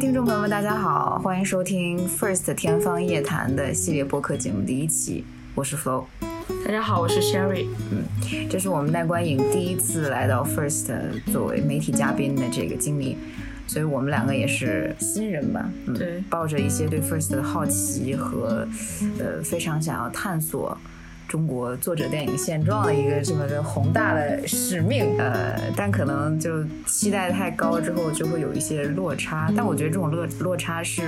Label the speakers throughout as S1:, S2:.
S1: 听众朋友们，大家好，欢迎收听 First 天方夜谭的系列播客节目第一期，我是 Flo。
S2: 大家好，我是 Sherry。
S1: 这是我们奈观影第一次来到 First 作为媒体嘉宾的这个经历，所以我们两个也是新人吧，嗯，
S2: 对
S1: 抱着一些对 First 的好奇和呃非常想要探索。中国作者电影现状的一个这么个宏大的使命，呃，但可能就期待太高之后就会有一些落差，但我觉得这种落落差是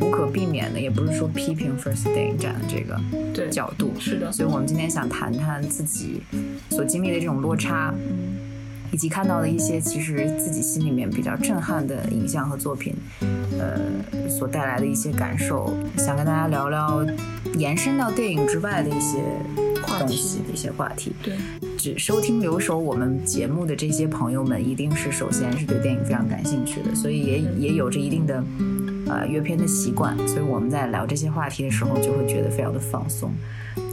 S1: 无可避免的，也不是说批评 First 电影展的这个
S2: 对，
S1: 角度，
S2: 是的，
S1: 所以我们今天想谈谈自己所经历的这种落差，以及看到的一些其实自己心里面比较震撼的影像和作品，呃，所带来的一些感受，想跟大家聊聊延伸到电影之外的一些
S2: 话
S1: 东
S2: 题
S1: 西、一些话题。
S2: 对，
S1: 只收听留守我们节目的这些朋友们，一定是首先是对电影非常感兴趣的，所以也也有着一定的呃阅片的习惯，所以我们在聊这些话题的时候，就会觉得非常的放松。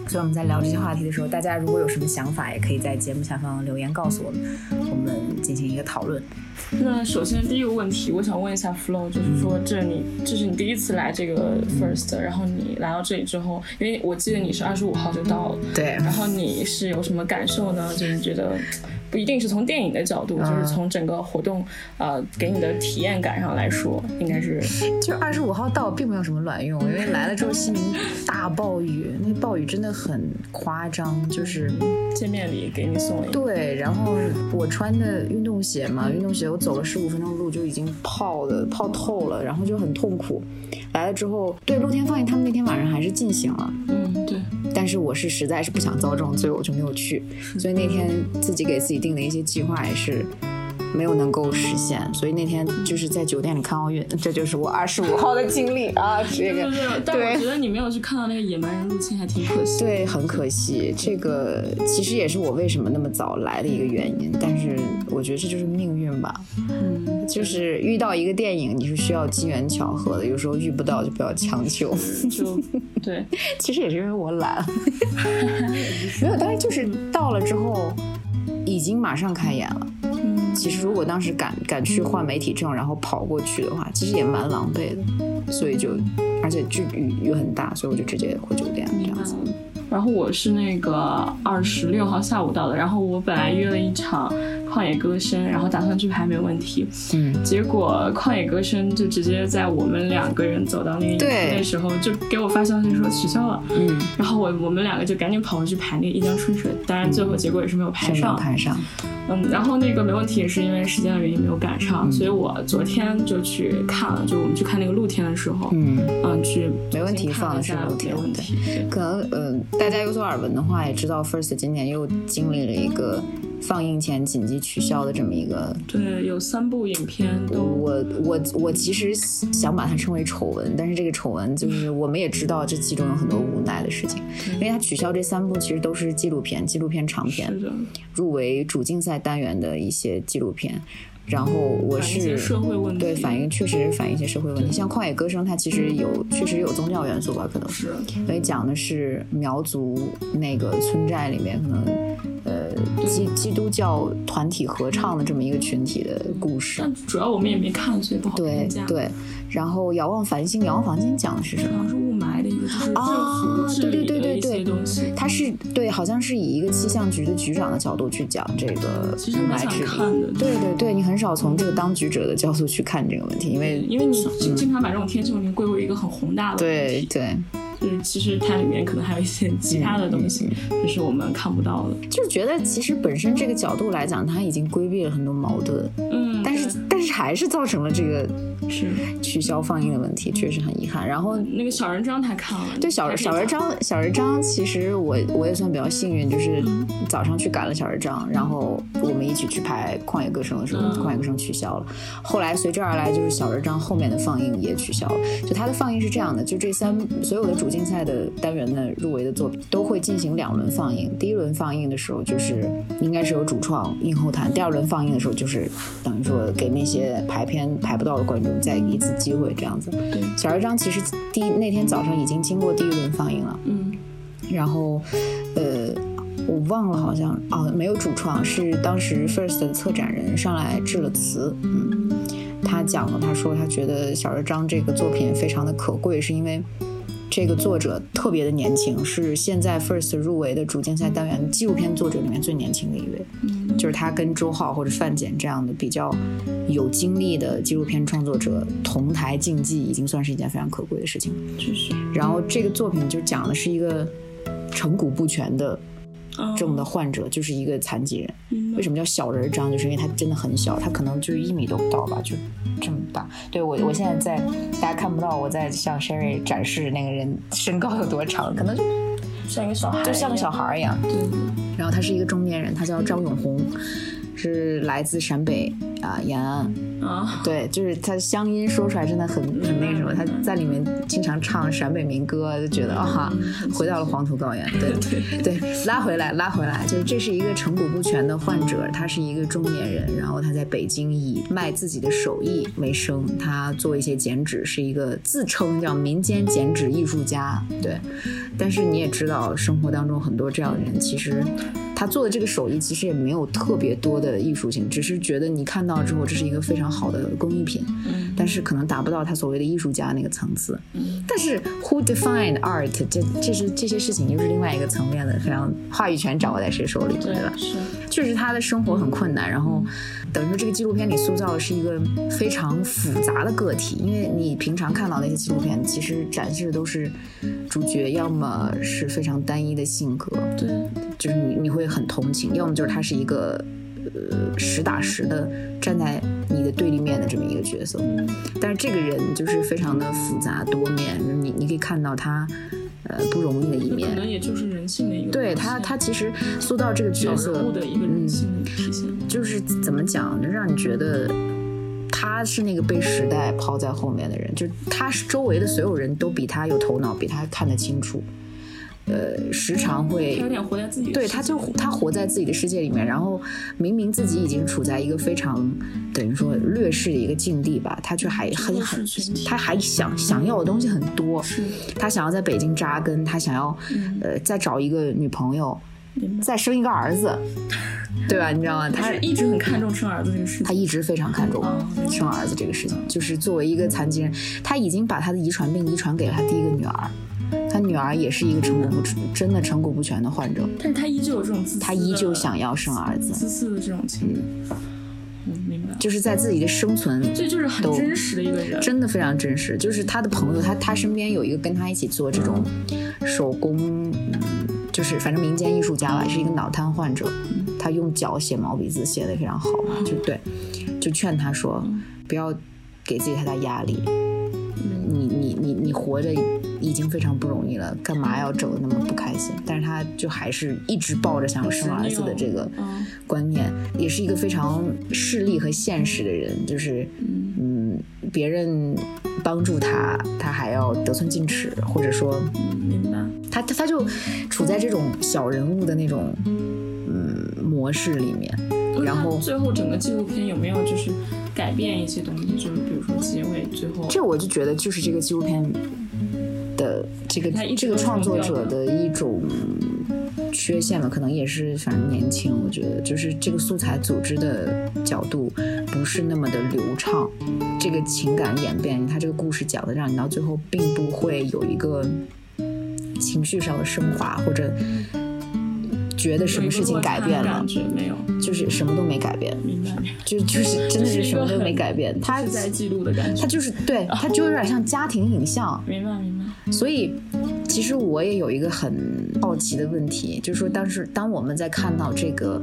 S1: 所以我们在聊这些话题的时候，大家如果有什么想法，也可以在节目下方留言告诉我们，我们进行一个讨论。
S2: 那首先第一个问题，我想问一下 Flow，就是说这你这是你第一次来这个 First，、然后你来到这里之后，因为我记得你是二十五号就到了，
S1: 对
S2: 然后你是有什么感受呢？就是觉得不一定是从电影的角度，就是从整个活动呃给你的体验感上来说，应该是
S1: 就二十五号到并没有什么卵用，因为来了之后西宁大暴雨，那暴雨真的很夸张，就是
S2: 见面礼给你送了一个，
S1: 对，然后我穿的运动鞋嘛，运动鞋我走了十五分钟路就已经泡的泡透了，然后就很痛苦。来了之后，对露天放映他们那天晚上还是进行了，
S2: 嗯，对，
S1: 但是我是实在是不想遭撞，所以我就没有去。所以那天自己给自己定的一些计划也是没有能够实现，所以那天就是在酒店里看奥运，这就是我二十五号的经历啊，这个
S2: 对对，但我觉得你没有去看到那个野蛮人入侵，还挺可惜。
S1: 对，很可惜，这个其实也是我为什么那么早来的一个原因。但是我觉得这就是命运吧，
S2: 嗯，
S1: 就是遇到一个电影，你是需要机缘巧合的，有时候遇不到就不要强求。
S2: 就对，
S1: 其实也是因为我 懒，没有，但是就是到了之后，已经马上开演了。
S2: 嗯，
S1: 其实如果当时赶赶去换媒体证，然后跑过去的话，其实也蛮狼狈的。所以就，而且就雨雨很大，所以我就直接回酒店了这
S2: 明白
S1: 样子。
S2: 了。然后我是那个二十六号下午到的，然后我本来约了一场旷野歌声，然后打算去排没问题，
S1: 嗯，
S2: 结果旷野歌声就直接在我们两个人走到那个影
S1: 对
S2: 厅的时候，就给我发消息说取消了，
S1: 嗯，
S2: 然后我我们两个就赶紧跑回去排那个一江春水，当然最后结果也是没有排
S1: 真能
S2: 上，
S1: 排上。
S2: 嗯，然后那个没问题，也是因为时间的原因没有赶
S1: 嗯
S2: 上，所以我昨天就去看了，就我们去看那个露天的时候，
S1: 嗯。
S2: 嗯，去
S1: 没问题
S2: 先看了一下
S1: 放的是露天
S2: 没问题，对
S1: 可能嗯、呃大家有所耳闻的话，也知道 First 今年又经历了一个放映前紧急取消的这么一个。
S2: 对，有三部影片都
S1: 我我我其实想把它称为丑闻，但是这个丑闻就是我们也知道这其中有很多无奈的事情，
S2: 嗯
S1: 因为它取消这三部其实都是纪录片、纪录片长片
S2: 是的，
S1: 入围主竞赛单元的一些纪录片，然后我
S2: 反映一
S1: 是
S2: 些社会问题，
S1: 对反映确实反映一些社会问题，像《旷野歌声》它其实有确实有宗教元素吧，可能
S2: 是
S1: 所以讲的是苗族那个村寨里面可能，呃，基基督教团体合唱的这么一个群体的故事。
S2: 但主要我们也没看，所以不好
S1: 对
S2: 评价。，
S1: 对，然后《遥望繁星》，《遥望繁星》讲的是什
S2: 好
S1: 么？
S2: 像是雾霾的一个，就是政府
S1: 啊
S2: 治理
S1: 对对对
S2: 的
S1: 对
S2: 一
S1: 对
S2: 些东西。
S1: 它是对，好像是以一个气象局的局长的角度去讲这个
S2: 其实
S1: 雾
S2: 蛮
S1: 霾
S2: 想
S1: 治理。
S2: 看的，
S1: 对对对，你很少从这个当局者的角度去看这个问题，因为
S2: 因为你经经常把这种天气问题归为一个很宏大的问
S1: 嗯对嗯
S2: 题，
S1: 对，
S2: 就是其实它里面可能还有一些其他的东西，
S1: 嗯
S2: 就是我们看不到的。
S1: 就觉得其实本身这个角度来讲，它已经规避了很多矛盾，
S2: 嗯，
S1: 但是但是还是造成了这个
S2: 对是
S1: 取消放映的问题，确实很遗憾。然后
S2: 那个小人张他看了，
S1: 对小
S2: 他
S1: 人
S2: 可以
S1: 小人
S2: 讲
S1: 张小人张，其实我我也算比较幸运，就是早上去赶了小人张，然后我们一起去拍《旷野歌声》的时候，
S2: 嗯
S1: 旷野歌声》取消了。后来随之而来就是小人张后面的放映也取消了。就它的放映是这样的，就这三所有的主竞赛的单元的入围的作品都会进行两轮放映。第一轮放映的时候就是应该是有主创映后谈，第二轮放映的时候就是等于说给那些排片排不到的观众再一次机会这样子。
S2: 对，
S1: 小人张其实第一那天早上已经经过第一轮放映了，
S2: 嗯，
S1: 然后，呃，我忘了好像哦没有主创，是当时 First 的策展人上来致了辞，嗯，他讲了，他说他觉得小乐章这个作品非常的可贵，是因为这个作者特别的年轻，是现在 First 入围的主竞赛单元纪录片作者里面最年轻的一位，
S2: 嗯
S1: 就是他跟周浩或者范简这样的比较有经历的纪录片创作者同台竞技，已经算是一件非常可贵的事情。
S2: 确实，
S1: 然后这个作品就讲的是一个成骨不全的
S2: 嗯
S1: 症的患者，就是一个残疾人。为什么叫小人儿章？就是因为他真的很小，他可能就是一米都不到吧，就这么大。对我，我现在在大家看不到，我在向 Sherry 展示那个人身高有多长，可能就
S2: 像一个小孩，
S1: 就像个小孩儿一样。
S2: 对，
S1: 然后他是一个中年人，他叫张永红，是来自陕北啊、延安。
S2: 啊，
S1: 对，就是他乡音说出来真的很很那什么，他在里面经常唱陕北民歌，就觉得啊，回到了黄土高原。对对对，拉回来拉回来，就是这是一个成骨不全的患者，他是一个中年人，然后他在北京以卖自己的手艺为生，他做一些剪纸，是一个自称叫民间剪纸艺术家。对，但是你也知道，生活当中很多这样的人，其实他做的这个手艺其实也没有特别多的艺术性，只是觉得你看到之后，这是一个非常好的工艺品，
S2: 嗯
S1: 但是可能达不到他所谓的艺术家那个层次。
S2: 嗯
S1: 但是 who defined art？这这是这些事情又是另外一个层面的，非常话语权掌握在谁手里，对
S2: 对
S1: 吧？
S2: 是，
S1: 确实他的生活很困难，然后等于说这个纪录片里塑造的是一个非常复杂的个体，因为你平常看到那些纪录片，其实展示的都是主角要么是非常单一的性格，
S2: 对，
S1: 就是你你会很同情，要么就是他是一个呃实打实的站在你的对立面的这么一个角色，但是这个人就是非常的复杂多面，你你可以看到他呃不容易的一
S2: 可
S1: 面。
S2: 能也就是人性的一个
S1: 对
S2: 表
S1: 他，
S2: 现
S1: 他其实塑造这个角
S2: 小
S1: 色，嗯
S2: 人物的一个人性的体现。
S1: 就是怎么讲，让你觉得他是那个被时代抛在后面的人，就是他是周围的所有人都比他有头脑，比他看得清楚，呃，时常
S2: 他
S1: 会
S2: 有。点活在自己的
S1: 对，
S2: 世
S1: 他
S2: 界
S1: 就他活在自己的世界里面，然后明明自己已经处在一个非常等于说劣势的一个境地吧，他却还很
S2: 弱势
S1: 很
S2: 群体，
S1: 他还想想要的东西很多，
S2: 是
S1: 他想要在北京扎根，他想要
S2: 嗯
S1: 呃再找一个女朋友，
S2: 明白，
S1: 再生一个儿子，对吧？你知道吗？
S2: 他
S1: 他
S2: 是一直很看重生儿子这个事
S1: 他
S2: 情。
S1: 一直非常看重
S2: 嗯
S1: 生儿子这个事情，就是作为一个残疾人，他已经把他的遗传病遗传给了他第一个女儿，他女儿也是一个成骨不全，真的成骨不全的患者，
S2: 但是他依旧有这种自私的，
S1: 他依旧想要生儿子，
S2: 自私的这种情感。嗯，明白。
S1: 就是在自己的生存。
S2: 这就是很
S1: 都
S2: 真实的一个人，
S1: 真的非常真实，就是他的朋友，他他身边有一个跟他一起做这种手工，嗯，就是反正民间艺术家吧，是一个脑瘫患者，
S2: 嗯
S1: 他用脚写毛笔字写的非常好，就对，就劝他说不要给自己太大压力，
S2: 嗯
S1: 你你你你活着已经非常不容易了，干
S2: 嗯
S1: 嘛要整的那么不开心？但是他就还是一直抱着想要生儿子的这个
S2: 嗯
S1: 观念，也是一个非常势利和现实的人，就是
S2: 嗯
S1: 嗯，别人帮助他，他还要得寸进尺，或者说
S2: 嗯，明白。
S1: 他他他就处在这种小人物的那种嗯模式里面，然后
S2: 那最后整个纪录片有没有就是改变一些东西？就是比如说结尾最后，
S1: 这我就觉得就是这个纪录片的这个
S2: 它一直
S1: 这个
S2: 都是
S1: 创作
S2: 这种
S1: 者
S2: 调
S1: 的一种缺陷吧，可能也是反正年轻，我觉得就是这个素材组织的角度不是那么的流畅，这个情感演变，它这个故事讲的让你到最后并不会有一个情绪上的升华或者。觉得什么事情改变
S2: 有一个落差的
S1: 了
S2: 感，觉没有？
S1: 就是什么都没改变，
S2: 明白，
S1: 就就是真的
S2: 就是是一
S1: 什
S2: 个
S1: 么都没
S2: 很
S1: 改变。他
S2: 是在记录的感觉
S1: 他。就是对他就有点像家庭影像，
S2: 明白，明白。
S1: 所以，其实我也有一个很好奇的问题，就是说，当时当我们在看到这个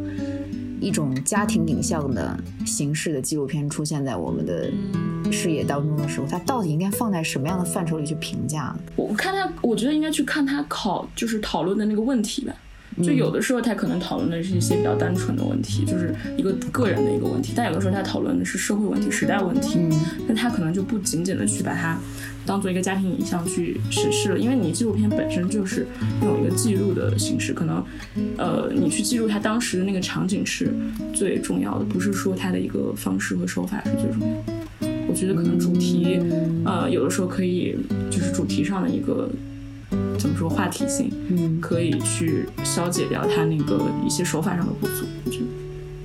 S1: 一种家庭影像的形式的纪录片出现在我们的
S2: 嗯
S1: 视野当中的时候，它到底应该放在什么样的范畴里去评价呢？
S2: 我看他，我觉得应该去看他考，就是讨论的那个问题吧。就有的时候他可能讨论的是一些比较单纯的问题，就是一个个人的一个问题；但有的时候他讨论的是社会问题、时代问题。那他可能就不仅仅的去把它当做一个家庭影像去实施了，因为你纪录片本身就是用一个记录的形式，可能呃，你去记录他当时的那个场景是最重要的，不是说他的一个方式和手法是最重要的。我觉得可能主题，呃，有的时候可以就是主题上的一个怎么说话题性，
S1: 嗯
S2: 可以去消解掉他那个一些手法上的不足。我觉得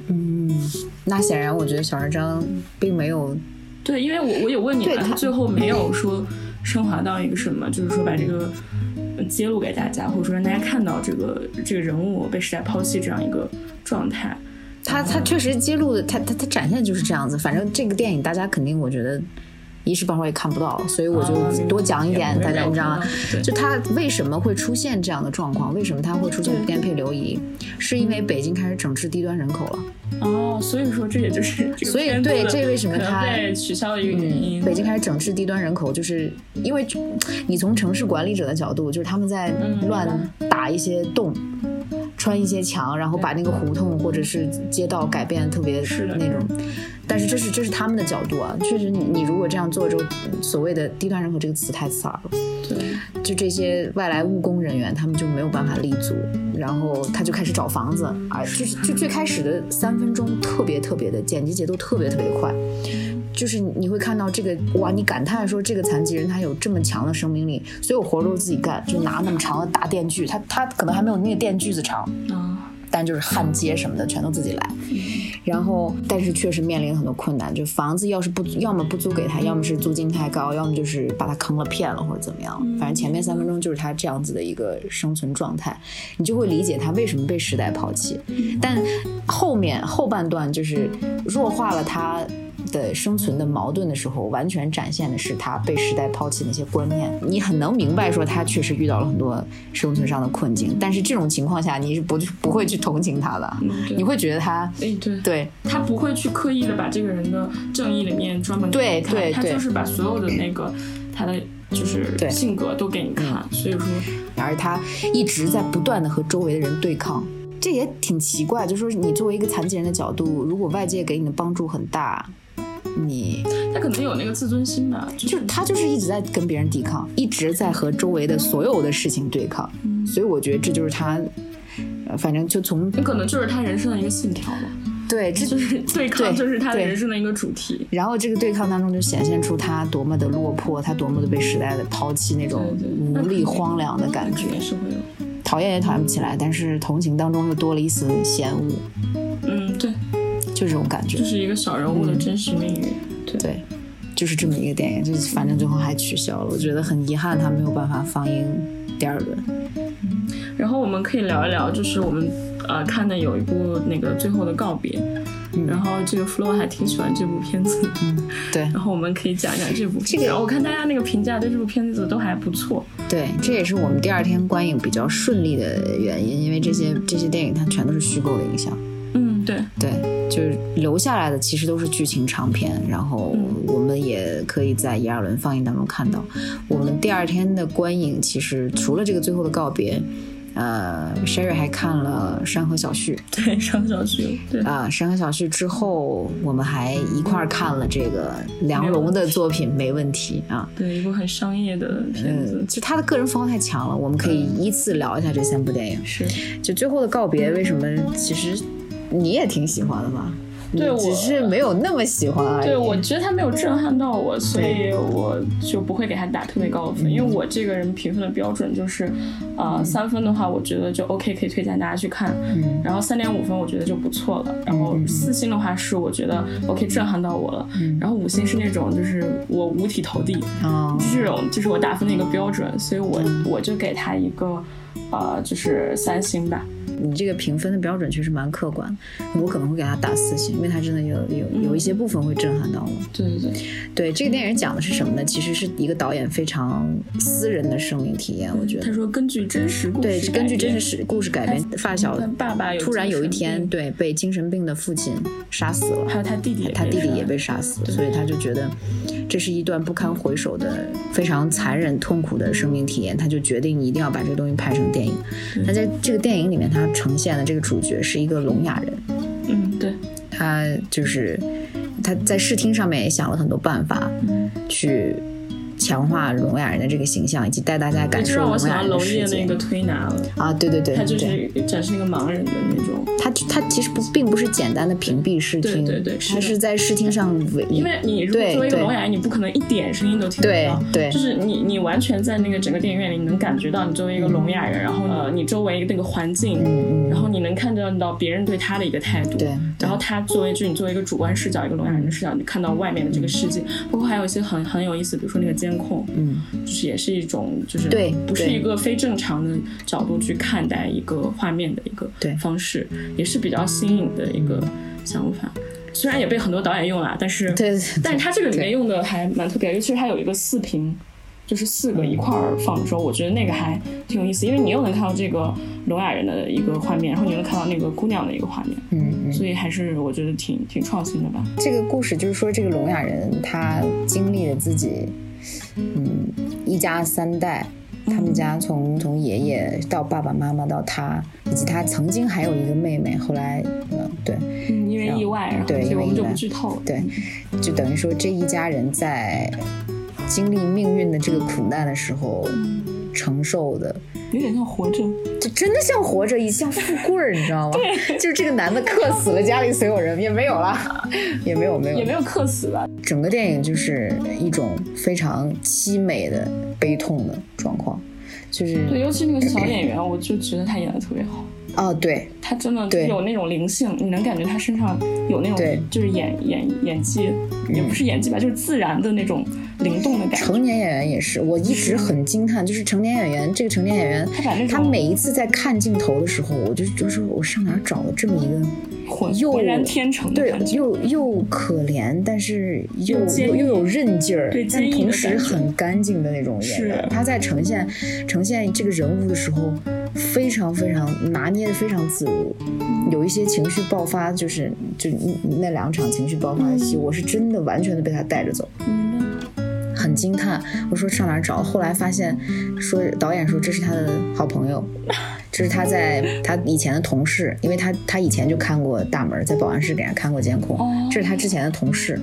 S1: 嗯，那显然我觉得小人章并没有
S2: 对，因为我我也问你
S1: 对他
S2: 了，最后没有说升华到一个什么，就是说把这个呃揭露给大家，或者说让大家看到这个这个人物被时代抛弃这样一个状态。
S1: 他他确实揭露的，他他他展现的就是这样子。反正这个电影大家肯定，我觉得一时半会儿也看不到，所以我就多讲一啊点，
S2: 嗯
S1: 大家你知道吗？
S2: 对
S1: 就他为什么会出现这样的状况？为什么他会出现
S2: 对
S1: 颠沛流离？是因为北京开始整治低端人口了。
S2: 哦，所以说这也就是这个
S1: 所以
S2: 片子
S1: 对
S2: 的
S1: 这为什么
S2: 可能
S1: 它
S2: 被取消的一个原因？
S1: 嗯，北京开始整治低端人口，就是因为你从城市管理者的角度，就是他们在
S2: 嗯
S1: 乱打一些洞。穿一些墙，然后把那个胡同或者是街道改变特别
S2: 是的
S1: 那种，但是这是这是他们的角度啊，确实你你如果这样做之后，所谓的低端人口这个词太刺耳了。
S2: 对
S1: 就这些外来务工人员，他们就没有办法立足，然后他就开始找房子啊，就是就最开始的三分钟特别特别的剪辑节奏特别特别快，就是你会看到这个哇，你感叹说这个残疾人他有这么强的生命力，所有活儿都是自己干，就拿那么长的大电锯，他他可能还没有那个电锯子长，
S2: 啊，
S1: 但就是焊接什么的全都自己来。然后，但是确实面临很多困难，就房子要是不，要么不租给他，要么是租金太高，要么就是把他坑了、骗了或者怎么样。反正前面三分钟就是他这样子的一个生存状态，你就会理解他为什么被时代抛弃。但后面后半段就是弱化了他。的生存的矛盾的时候，完全展现的是他被时代抛弃的一些观念。你很能明白说他确实遇到了很多生存上的困境，但是这种情况下你是不不会去同情他的，
S2: 嗯对
S1: 你会觉得他
S2: 哎对，
S1: 对
S2: 他不会去刻意的把这个人的正义里面专门
S1: 对
S2: 给你看
S1: 对
S2: 他
S1: 对
S2: 就是把所有的那个他的就是
S1: 对嗯
S2: 性格都给你看，所以说
S1: 然而他一直在不断的和周围的人对抗，这也挺奇怪。就说你作为一个残疾人的角度，如果外界给你的帮助很大，你
S2: 他可能有那个自尊心吧，就
S1: 就是他就是一直在跟别人抵抗，一直在和周围的所有的事情对抗。
S2: 嗯
S1: 所以我觉得这就是他，呃反正就从
S2: 那可能就是他人生的一个信条吧，
S1: 对这
S2: 就是对
S1: 对
S2: 抗，就是他的
S1: 对
S2: 人生的一个主题。
S1: 然后这个对抗当中就显现出他多么的落魄，他多么的被时代的抛弃，那种
S2: 对对
S1: 无力荒凉的感觉
S2: 肯，定是会有，
S1: 讨厌也讨厌不起来，但是同情当中又多了一丝嫌恶，
S2: 嗯，对，
S1: 就这种感觉
S2: 就。是一个小人物
S1: 嗯
S2: 的真实命运，对，
S1: 对，就是这么一个电影，就是反正最后还取消了，我觉得很遗憾，它没有办法放映第二轮。
S2: 然后我们可以聊一聊，就是我们呃看的有一部那个《最后的告别》，
S1: 嗯
S2: 然后这个 Flo 还挺喜欢这部片子，
S1: 对
S2: 然后我们可以讲一讲这部
S1: 这个
S2: 片子。然后我看大家那个评价对这部片子都还不错，
S1: 对，这也是我们第二天观影比较顺利的原因，因为这些这些电影它全都是虚构的影像。
S2: 嗯，对，
S1: 对，就是留下来的其实都是剧情长片，然后我们也可以在一二轮放映当中看到。我们第二天的观影其实除了这个最后的告别，呃，Sherry 还看了《山河小序》。
S2: 对，上小学，对，
S1: 啊，《山河小序》之后，我们还一块儿看了这个梁龙的作品，没问题啊。
S2: 对，一部很商业的片子
S1: 嗯，，就他的个人风格太强了，我们可以依次聊一下这三部电影。
S2: 是。
S1: 就最后的告别，为什么其实你也挺喜欢的嘛？
S2: 对
S1: 你
S2: 我
S1: 只是没有那么喜欢而已。
S2: 对，我觉得他没有震撼到我，所以我就不会给他打特别高的
S1: 嗯
S2: 分，因为我这个人评分的标准就是，呃，三分的话，我觉得就 OK，可以推荐大家去看，然后三点五分我觉得就不错了，然后四星的话是我觉得 OK 震撼到我了，
S1: 嗯
S2: 然后五星是那种就是我五体投地，
S1: 哦，
S2: 这种就是我打分的一个标准，所以我
S1: 嗯
S2: 我就给他一个，呃，就是三星吧，
S1: 嗯你这个评分的标准确实蛮客观，我可能会给他打四星，因为他真的有
S2: 嗯
S1: 有有一些部分会震撼到我。
S2: 对对对，
S1: 对，这个电影讲的是什么呢？其实是一个导演非常私人的生命体验，我觉得
S2: 他。说根据真实故事
S1: 对，根据真实
S2: 实
S1: 事故事改编，发小
S2: 他爸爸有
S1: 突然有一
S2: 精神
S1: 天，
S2: 病
S1: 对被精神病的父亲杀死
S2: 还有
S1: 了，
S2: 他弟弟，
S1: 他弟弟也被杀死，所以他就觉得这是一段不堪回首的、非常残忍、痛苦的生命体验，他就决定一定要把这个东西拍成电影。
S2: 嗯
S1: 那在这个电影里面，他呈现的这个主角是一个聋哑人，
S2: 嗯，对，
S1: 他
S2: 嗯
S1: 就是他在视听上面也想了很多办法去。强化聋哑人的这个形象，以及带大家感
S2: 这
S1: 受
S2: 让我
S1: 聋
S2: 想
S1: 哑
S2: 到
S1: 人的
S2: 娄
S1: 世
S2: 烨
S1: 界
S2: 那个推拿了，
S1: 啊，对对对，
S2: 他就
S1: 对
S2: 是展示那个盲人的那种，
S1: 它它其实不并不是简单的屏蔽视听，
S2: 对对对是
S1: 它
S2: 的
S1: 是在视听上为
S2: 因为你如果
S1: 对
S2: 作为一个
S1: 对
S2: 聋哑人，你不可能一点声音都听不
S1: 对
S2: 到。
S1: 对
S2: 就是你，你完全在那个整个电影院里，你能感觉到你作为一个聋哑人，然后呃，你周围那个环境，然后你能看到到别人对他的一个态度，
S1: 嗯对对
S2: 然后他作为就你作为一个主观视角，一个聋哑人的视角，你看到外面的这个世界，包括还有一些很很有意思，比如说那个监控，
S1: 嗯，
S2: 就是也是一种就是
S1: 对
S2: 不是
S1: 对
S2: 一个非正常的角度去看待一个画面的一个
S1: 对
S2: 方式，也是比较新颖的一个想法。虽然也被很多导演用了，但是
S1: 对，
S2: 但是它这个里面
S1: 对
S2: 用的还蛮特别，尤其是它有一个四屏，就是四个一块儿放的时候，我觉得那个还挺有意思，因为你又能看到这个聋哑人的一个画面，然后你又能看到那个姑娘的一个画面，
S1: 嗯嗯。
S2: 所以还是我觉得挺挺创新的吧。
S1: 这个故事就是说，这个聋哑人他经历了自己，嗯，一家三代，他们家从从爷爷到爸爸妈妈到他，以及他曾经还有一个妹妹，后来，嗯，对
S2: 嗯，因为
S1: 然后
S2: 意外，然后
S1: 对
S2: 所以我
S1: 因为
S2: 们
S1: 意
S2: 就
S1: 外
S2: 不剧透了。
S1: 对，就等于说这一家人在经历命运的这个苦难的时候承受的，
S2: 有点像活着，
S1: 就真的像活着一像富贵儿，你知道吗？就是这个男的克死了家里所有人，也没有啦，也没有没有
S2: 也没有克死吧？
S1: 整个电影就是一种非常凄美的悲痛的状况，就是
S2: 对，尤其那个小演员，我就觉得他演的特别好。
S1: 哦对
S2: 他真的
S1: 对
S2: 有那种灵性，你能感觉他身上有那
S1: 对嗯
S2: 种就是演演演技，也不是演技吧，就是自然的那种灵动的感觉。
S1: 成年演员也是，我一直很惊叹，就是成年演员这个成年演员，
S2: 他把那种
S1: 他每一次在看镜头的时候，我就就是我上哪儿找了这么一个
S2: 浑
S1: 又
S2: 浑然天成的
S1: 对
S2: 感觉。
S1: 又又可怜，但是又
S2: 又坚
S1: 又
S2: 毅
S1: 又有韧劲儿
S2: 对，
S1: 但
S2: 坚毅的
S1: 同时
S2: 感觉
S1: 很干净的那种演员
S2: 是。
S1: 他在呈现呈现这个人物的时候，非常非常拿捏的非常自如。
S2: 嗯
S1: 有一些情绪爆发，就是就那两场情绪爆发的戏，我是真的完全的被他带着走。
S2: 嗯
S1: 很惊叹，我说上哪儿找？后来发现，说导演说这是他的好朋友，这是他在他以前的同事，因为他他以前就看过大门，在保安室给人看过监控，
S2: 哦
S1: 这是他之前的同事。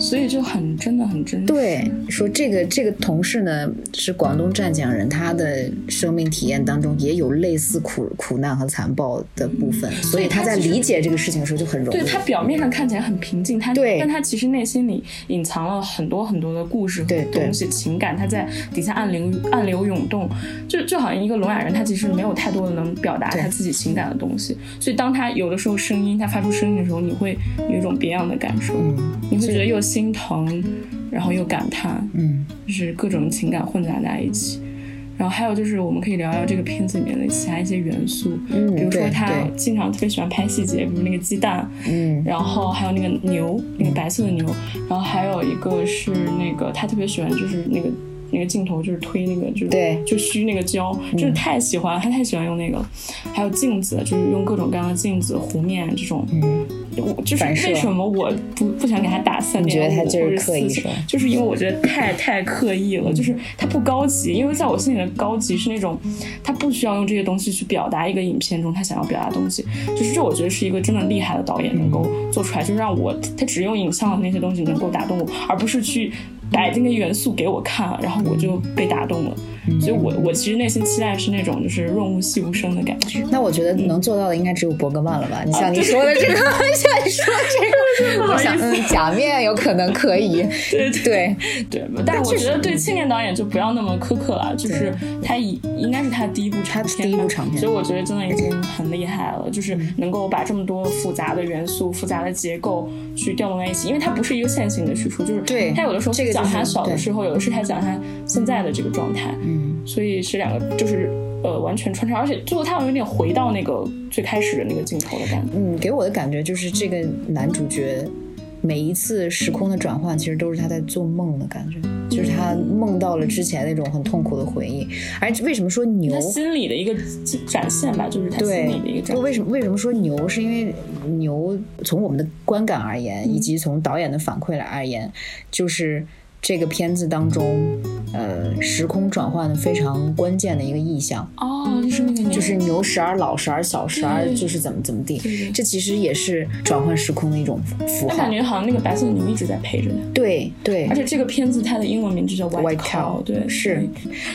S2: 所以就很真的很真实。
S1: 对，说这个这个同事呢是广东湛江人，他的生命体验当中也有类似苦苦难和残暴的部分，所以他
S2: 嗯他
S1: 在
S2: 其实
S1: 理解这个事情的时候就很容易。
S2: 对他表面上看起来很平静，他
S1: 对
S2: 但他其实内心里隐藏了很多很多的故事和
S1: 对对
S2: 东西、情感，他在底下暗流暗流涌动，就就好像一个聋哑人，他其实没有太多的能表达
S1: 对
S2: 他自己情感的东西，所以当他有的时候声音，他发出声音的时候，你会有一种别样的感受，
S1: 嗯
S2: 你会觉得又心疼，然后又感叹，
S1: 嗯
S2: 就是各种情感混杂在一起。然后还有就是，我们可以聊聊这个片子里面的其他一些元素，
S1: 嗯，
S2: 比如说
S1: 对
S2: 他
S1: 对
S2: 经常特别喜欢拍细节，比如那个鸡蛋，
S1: 嗯
S2: 然后还有那个牛，那个白色的牛，然后还有一个是那个他特别喜欢，就是那个那个镜头就是推那个就是
S1: 对嗯
S2: 就虚那个胶，就是太喜欢，他太喜欢用那个了，还有镜子，就是用各种各样的镜子、湖面这种，
S1: 嗯
S2: 我就是
S1: 反射
S2: 为什么我不不想给他打三点
S1: 你觉得他
S2: 五
S1: 就是
S2: 或者
S1: 刻意是
S2: 四
S1: 吧，
S2: 就是因为我觉得太太刻意了，就是他不高级，因为在我心里的高级是那种他不需要用这些东西去表达一个影片中他想要表达的东西，就是这我觉得是一个真的厉害的导演能够做出来，就让我他只用影像的那些东西能够打动我，而不是去摆那个元素给我看，然后我就被打动了，所以我我其实内心期待是那种就是润物细无声的感觉。
S1: 那我觉得能做到的应该只有伯格曼了吧？你像你说的这个， 像你说这个，我想，嗯，假面有可能可以，
S2: 对对
S1: 对，
S2: 对，但是我
S1: 确实
S2: 觉得对青年导演就不要那么苛刻了，就是他以应该是他第一部
S1: 他
S2: 长片，
S1: 第一部长片嗯
S2: 所以我觉得真的已经很厉害了，就是能够把这么多复杂的元素、复杂的结构去调动在一起，因为它不是一个线性的叙述，就是
S1: 对
S2: 他有的时候
S1: 这个
S2: 是讲
S1: 就是
S2: 他小
S1: 对
S2: 的时候，有的是他讲他现在的这个状态，
S1: 嗯，
S2: 所以是两个就是呃完全穿插，而且最后他有点回到那个最开始的那个镜头的感觉，
S1: 嗯，给我的感觉就是这个男主角每一次时空的转换，其实都是他在做梦的感觉，就是他梦到了之前那种很痛苦的回忆。而为什么说牛
S2: 他？心里的一个展现吧，就是他心里的一个
S1: 对，就
S2: 展现。
S1: 为什么为什么说牛？是因为牛从我们的观感而言，以及从导演的反馈来而言，就是这个片子当中，嗯、呃时空转换的非常关键的一个意象，
S2: 哦，就是那个年，
S1: 就是牛十二、老十二、小十二，
S2: 对
S1: 就是怎么怎么地
S2: 对对。
S1: 这其实也是转换时空的一种符
S2: 我
S1: 号
S2: 感。觉好像那个白色的牛一直在陪着他。
S1: 对对
S2: 而，且这个片子它的英文名字叫
S1: White
S2: White
S1: Cow，
S2: Cow，对，
S1: 是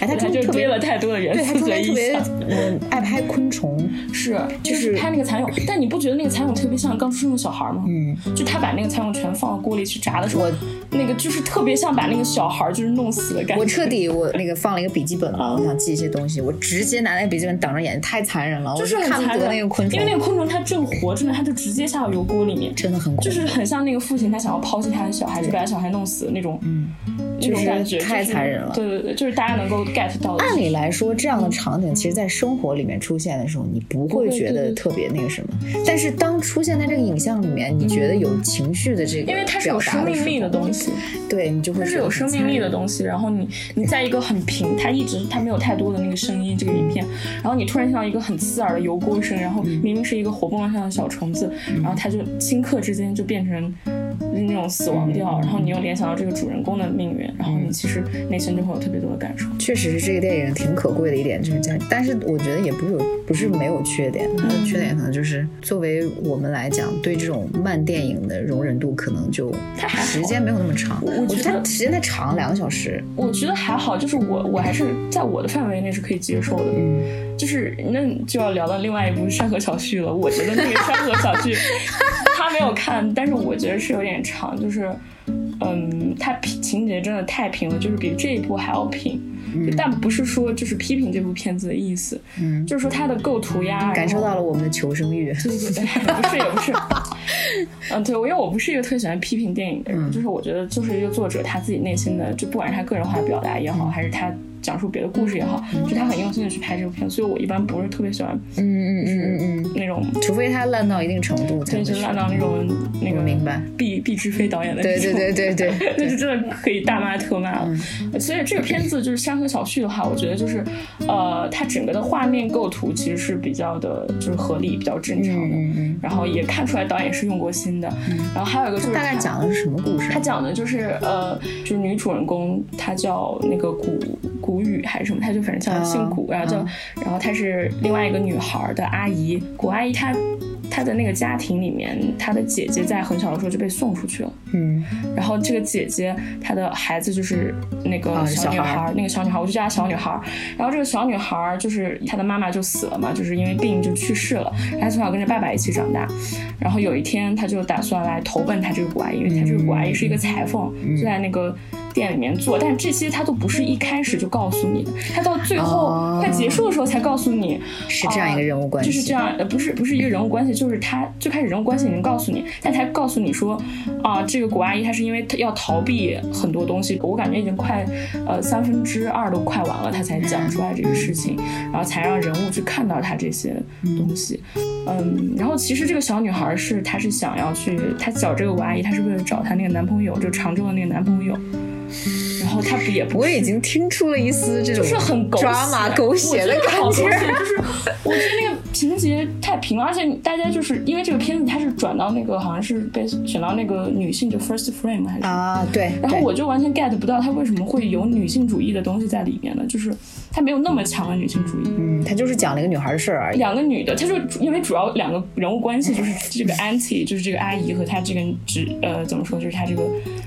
S1: 哎，他
S2: 他
S1: 中间
S2: 就
S1: 特
S2: 堆
S1: 别，
S2: 了太多的人
S1: 对他中
S2: 和
S1: 间特
S2: 意
S1: 别
S2: 象，
S1: 嗯爱拍昆虫，
S2: 是
S1: 就
S2: 就是是拍那个蚕蛹，但你不觉得那个蚕蛹特别像刚出生的小孩吗？
S1: 嗯，
S2: 就他把那个蚕蛹全放到锅里去炸的时候
S1: 我，
S2: 那个就是特别像把那个小孩就是弄死的感 觉。
S1: 我彻底我那个放了一个笔记本嘛，
S2: 啊
S1: 我想记一些东西，我直接拿那个笔记本挡着眼，太残忍了，
S2: 就是
S1: 我
S2: 很
S1: 看不
S2: 残
S1: 得
S2: 忍，
S1: 那个昆虫
S2: 因为，那个昆虫它正活着呢，它就直接下到油锅里面，
S1: 真的很恐怖，
S2: 就是很像那个父亲他想要抛弃他的小孩，就把小孩弄死的那种，嗯，那
S1: 就
S2: 种
S1: 是
S2: 感觉
S1: 太残忍了
S2: 就是对对对，就是大家能够 get 到的。
S1: 按理来说，这样的场景其实，在生活里面出现的时候，你不会觉得特别那个什么。但是当出现在这个影像里面，你觉得有情绪的这个，
S2: 因为它是有生命力的，东西，
S1: 对你就会
S2: 它是有生命力的
S1: 西。
S2: 东西。然后你你在一个很平，它一直它没有太多的那个声音，这个影片。然后你突然听到一个很刺耳的油锅声，然后明明是一个活蹦乱跳的小虫子，然后它就顷刻之间就变成那种死亡调。然后你又联想到这个主人公的命运，然后你其实内心就会有特别多的感受。
S1: 确实是这个电影挺可贵的一点，就是这样。但是我觉得也不是有，不是没有缺点，它
S2: 嗯
S1: 的缺点可能就是作为我们来讲，对这种慢电影的容忍度可能就
S2: 它还好
S1: 时间没有那么长。
S2: 我
S1: 我觉得
S2: 觉得
S1: 它时间太长，两个小时。
S2: 我觉得还好，就是我我还是在我的范围内是可以接受的。
S1: 嗯
S2: 就是那就要聊到另外一部《山河小旭》了。我觉得那个《山河小旭》， 他没有看，但是我觉得是有点长，就是嗯，他情节真的太平了，就是比这一部还要平。就但不是说就是批评这部片子的意思，
S1: 嗯，
S2: 就是说它的构图呀，
S1: 感受到了我们的求生欲。
S2: 对对对， 不是也不是，嗯，对，因为我不是一个特别喜欢批评电影的人，就是我觉得就是一个作者他自己内心的，就不管是他个人化表达也好，还是他讲述别的故事也好，就他很用心的去拍这部片，所以我一般不是特别喜欢
S1: 嗯嗯嗯 嗯嗯，
S2: 那种
S1: 除非它烂到一定程度才
S2: 真
S1: 会
S2: 心
S1: 是。
S2: 烂到那种那
S1: 我
S2: 个
S1: 明白
S2: 毕毕志飞导演的那
S1: 对
S2: 种，
S1: 对对嗯对对。
S2: 那是真的可以大骂特骂了。所以这个片子就是《山河小旭》的话，我觉得就是，呃，它整个的画面构图其实是比较的，就是合理、比较正常的。
S1: 嗯嗯
S2: 然后也看出来导演是用过心的。然后还有一个就
S1: 嗯，
S2: 是
S1: 大概
S2: 他
S1: 讲的是什么故事啊
S2: 他？讲的就是呃，就是女主人公她叫那个谷谷雨还是什么，她就反正
S1: 啊
S2: 叫姓谷，然后叫、
S1: 啊
S2: 然后她是另外一个女孩的阿姨，谷阿姨她。她的那个家庭里面，她的姐姐在很小的时候就被送出去了。
S1: 嗯
S2: 然后这个姐姐她的孩子就是那
S1: 啊
S2: 个小女
S1: 小孩
S2: 孩，那个小女孩，我就叫她小女孩。然后这个小女孩就是她的妈妈就死了嘛，就是因为病就去世了。她从小跟着爸爸一起长大，然后有一天她就打算来投奔她这个谷阿姨，因为她这个谷阿姨是一个裁缝，
S1: 嗯
S2: 就在那个。店里面做，但这些她都不是一开始就告诉你的，她到最
S1: 哦
S2: 后快、结束的时候才告诉你，
S1: 是这样一个人物关系
S2: 就是这样，呃，不是不是一个人物关系，就是他最开始人物关系已经告诉你，但他告诉你说，啊、这个谷阿姨她是因为要逃避很多东西，我感觉已经快，呃，三分之二都快完了，他才讲出来这个事情，然后才让人物去看到他这些东西，嗯，然后其实这个小女孩是她是想要去，她找这个谷阿姨，她是为了找她那个男朋友，就常州的那个男朋友，然后她也不
S1: 我
S2: 是
S1: 已经听出了一丝这种
S2: 就是很狗血
S1: 抓马狗血的感
S2: 我
S1: 觉
S2: 觉。得好狗血就是 我觉得那个情节太平了，而且大家就是因为这个片子它是转到那个好像是被选到那个女性就 first frame 还是什么。
S1: 啊，对，
S2: 然后
S1: 对
S2: 我就完全 get 不到它为什么会有女性主义的东西在里面呢？就是它没有那么强的女性主义。
S1: 嗯，他就是讲了一个女孩的事儿而已。
S2: 两个女的，她就因为主要两个人物关系就是这个 auntie，就是这个阿姨和她这个侄呃怎么说，就是她这个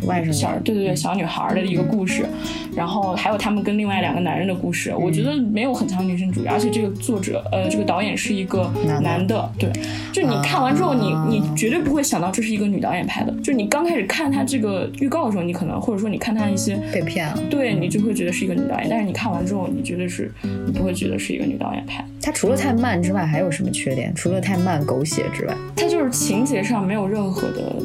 S1: 外甥女
S2: 小对对对小女孩的一个故事，然后还有他们跟另外两个男人的故事，我觉得
S1: 嗯
S2: 没有很强女性主义，而且这个作者呃这个导演是一个
S1: 男的
S2: 男的，对，就你看完之后你
S1: 啊
S2: 你绝对不会想到这是一个女导演拍的，就你刚开始看她这个预告的时候，你可能或者说你看她一些。
S1: 被骗了。
S2: 对你就会觉得是一个女导演，但是你看完之后，你绝对是你不会觉得是一个女导演拍的。
S1: 他除了太慢之外，还有什么缺点？除了太慢、狗血之外，
S2: 它就是情节上没有任何的，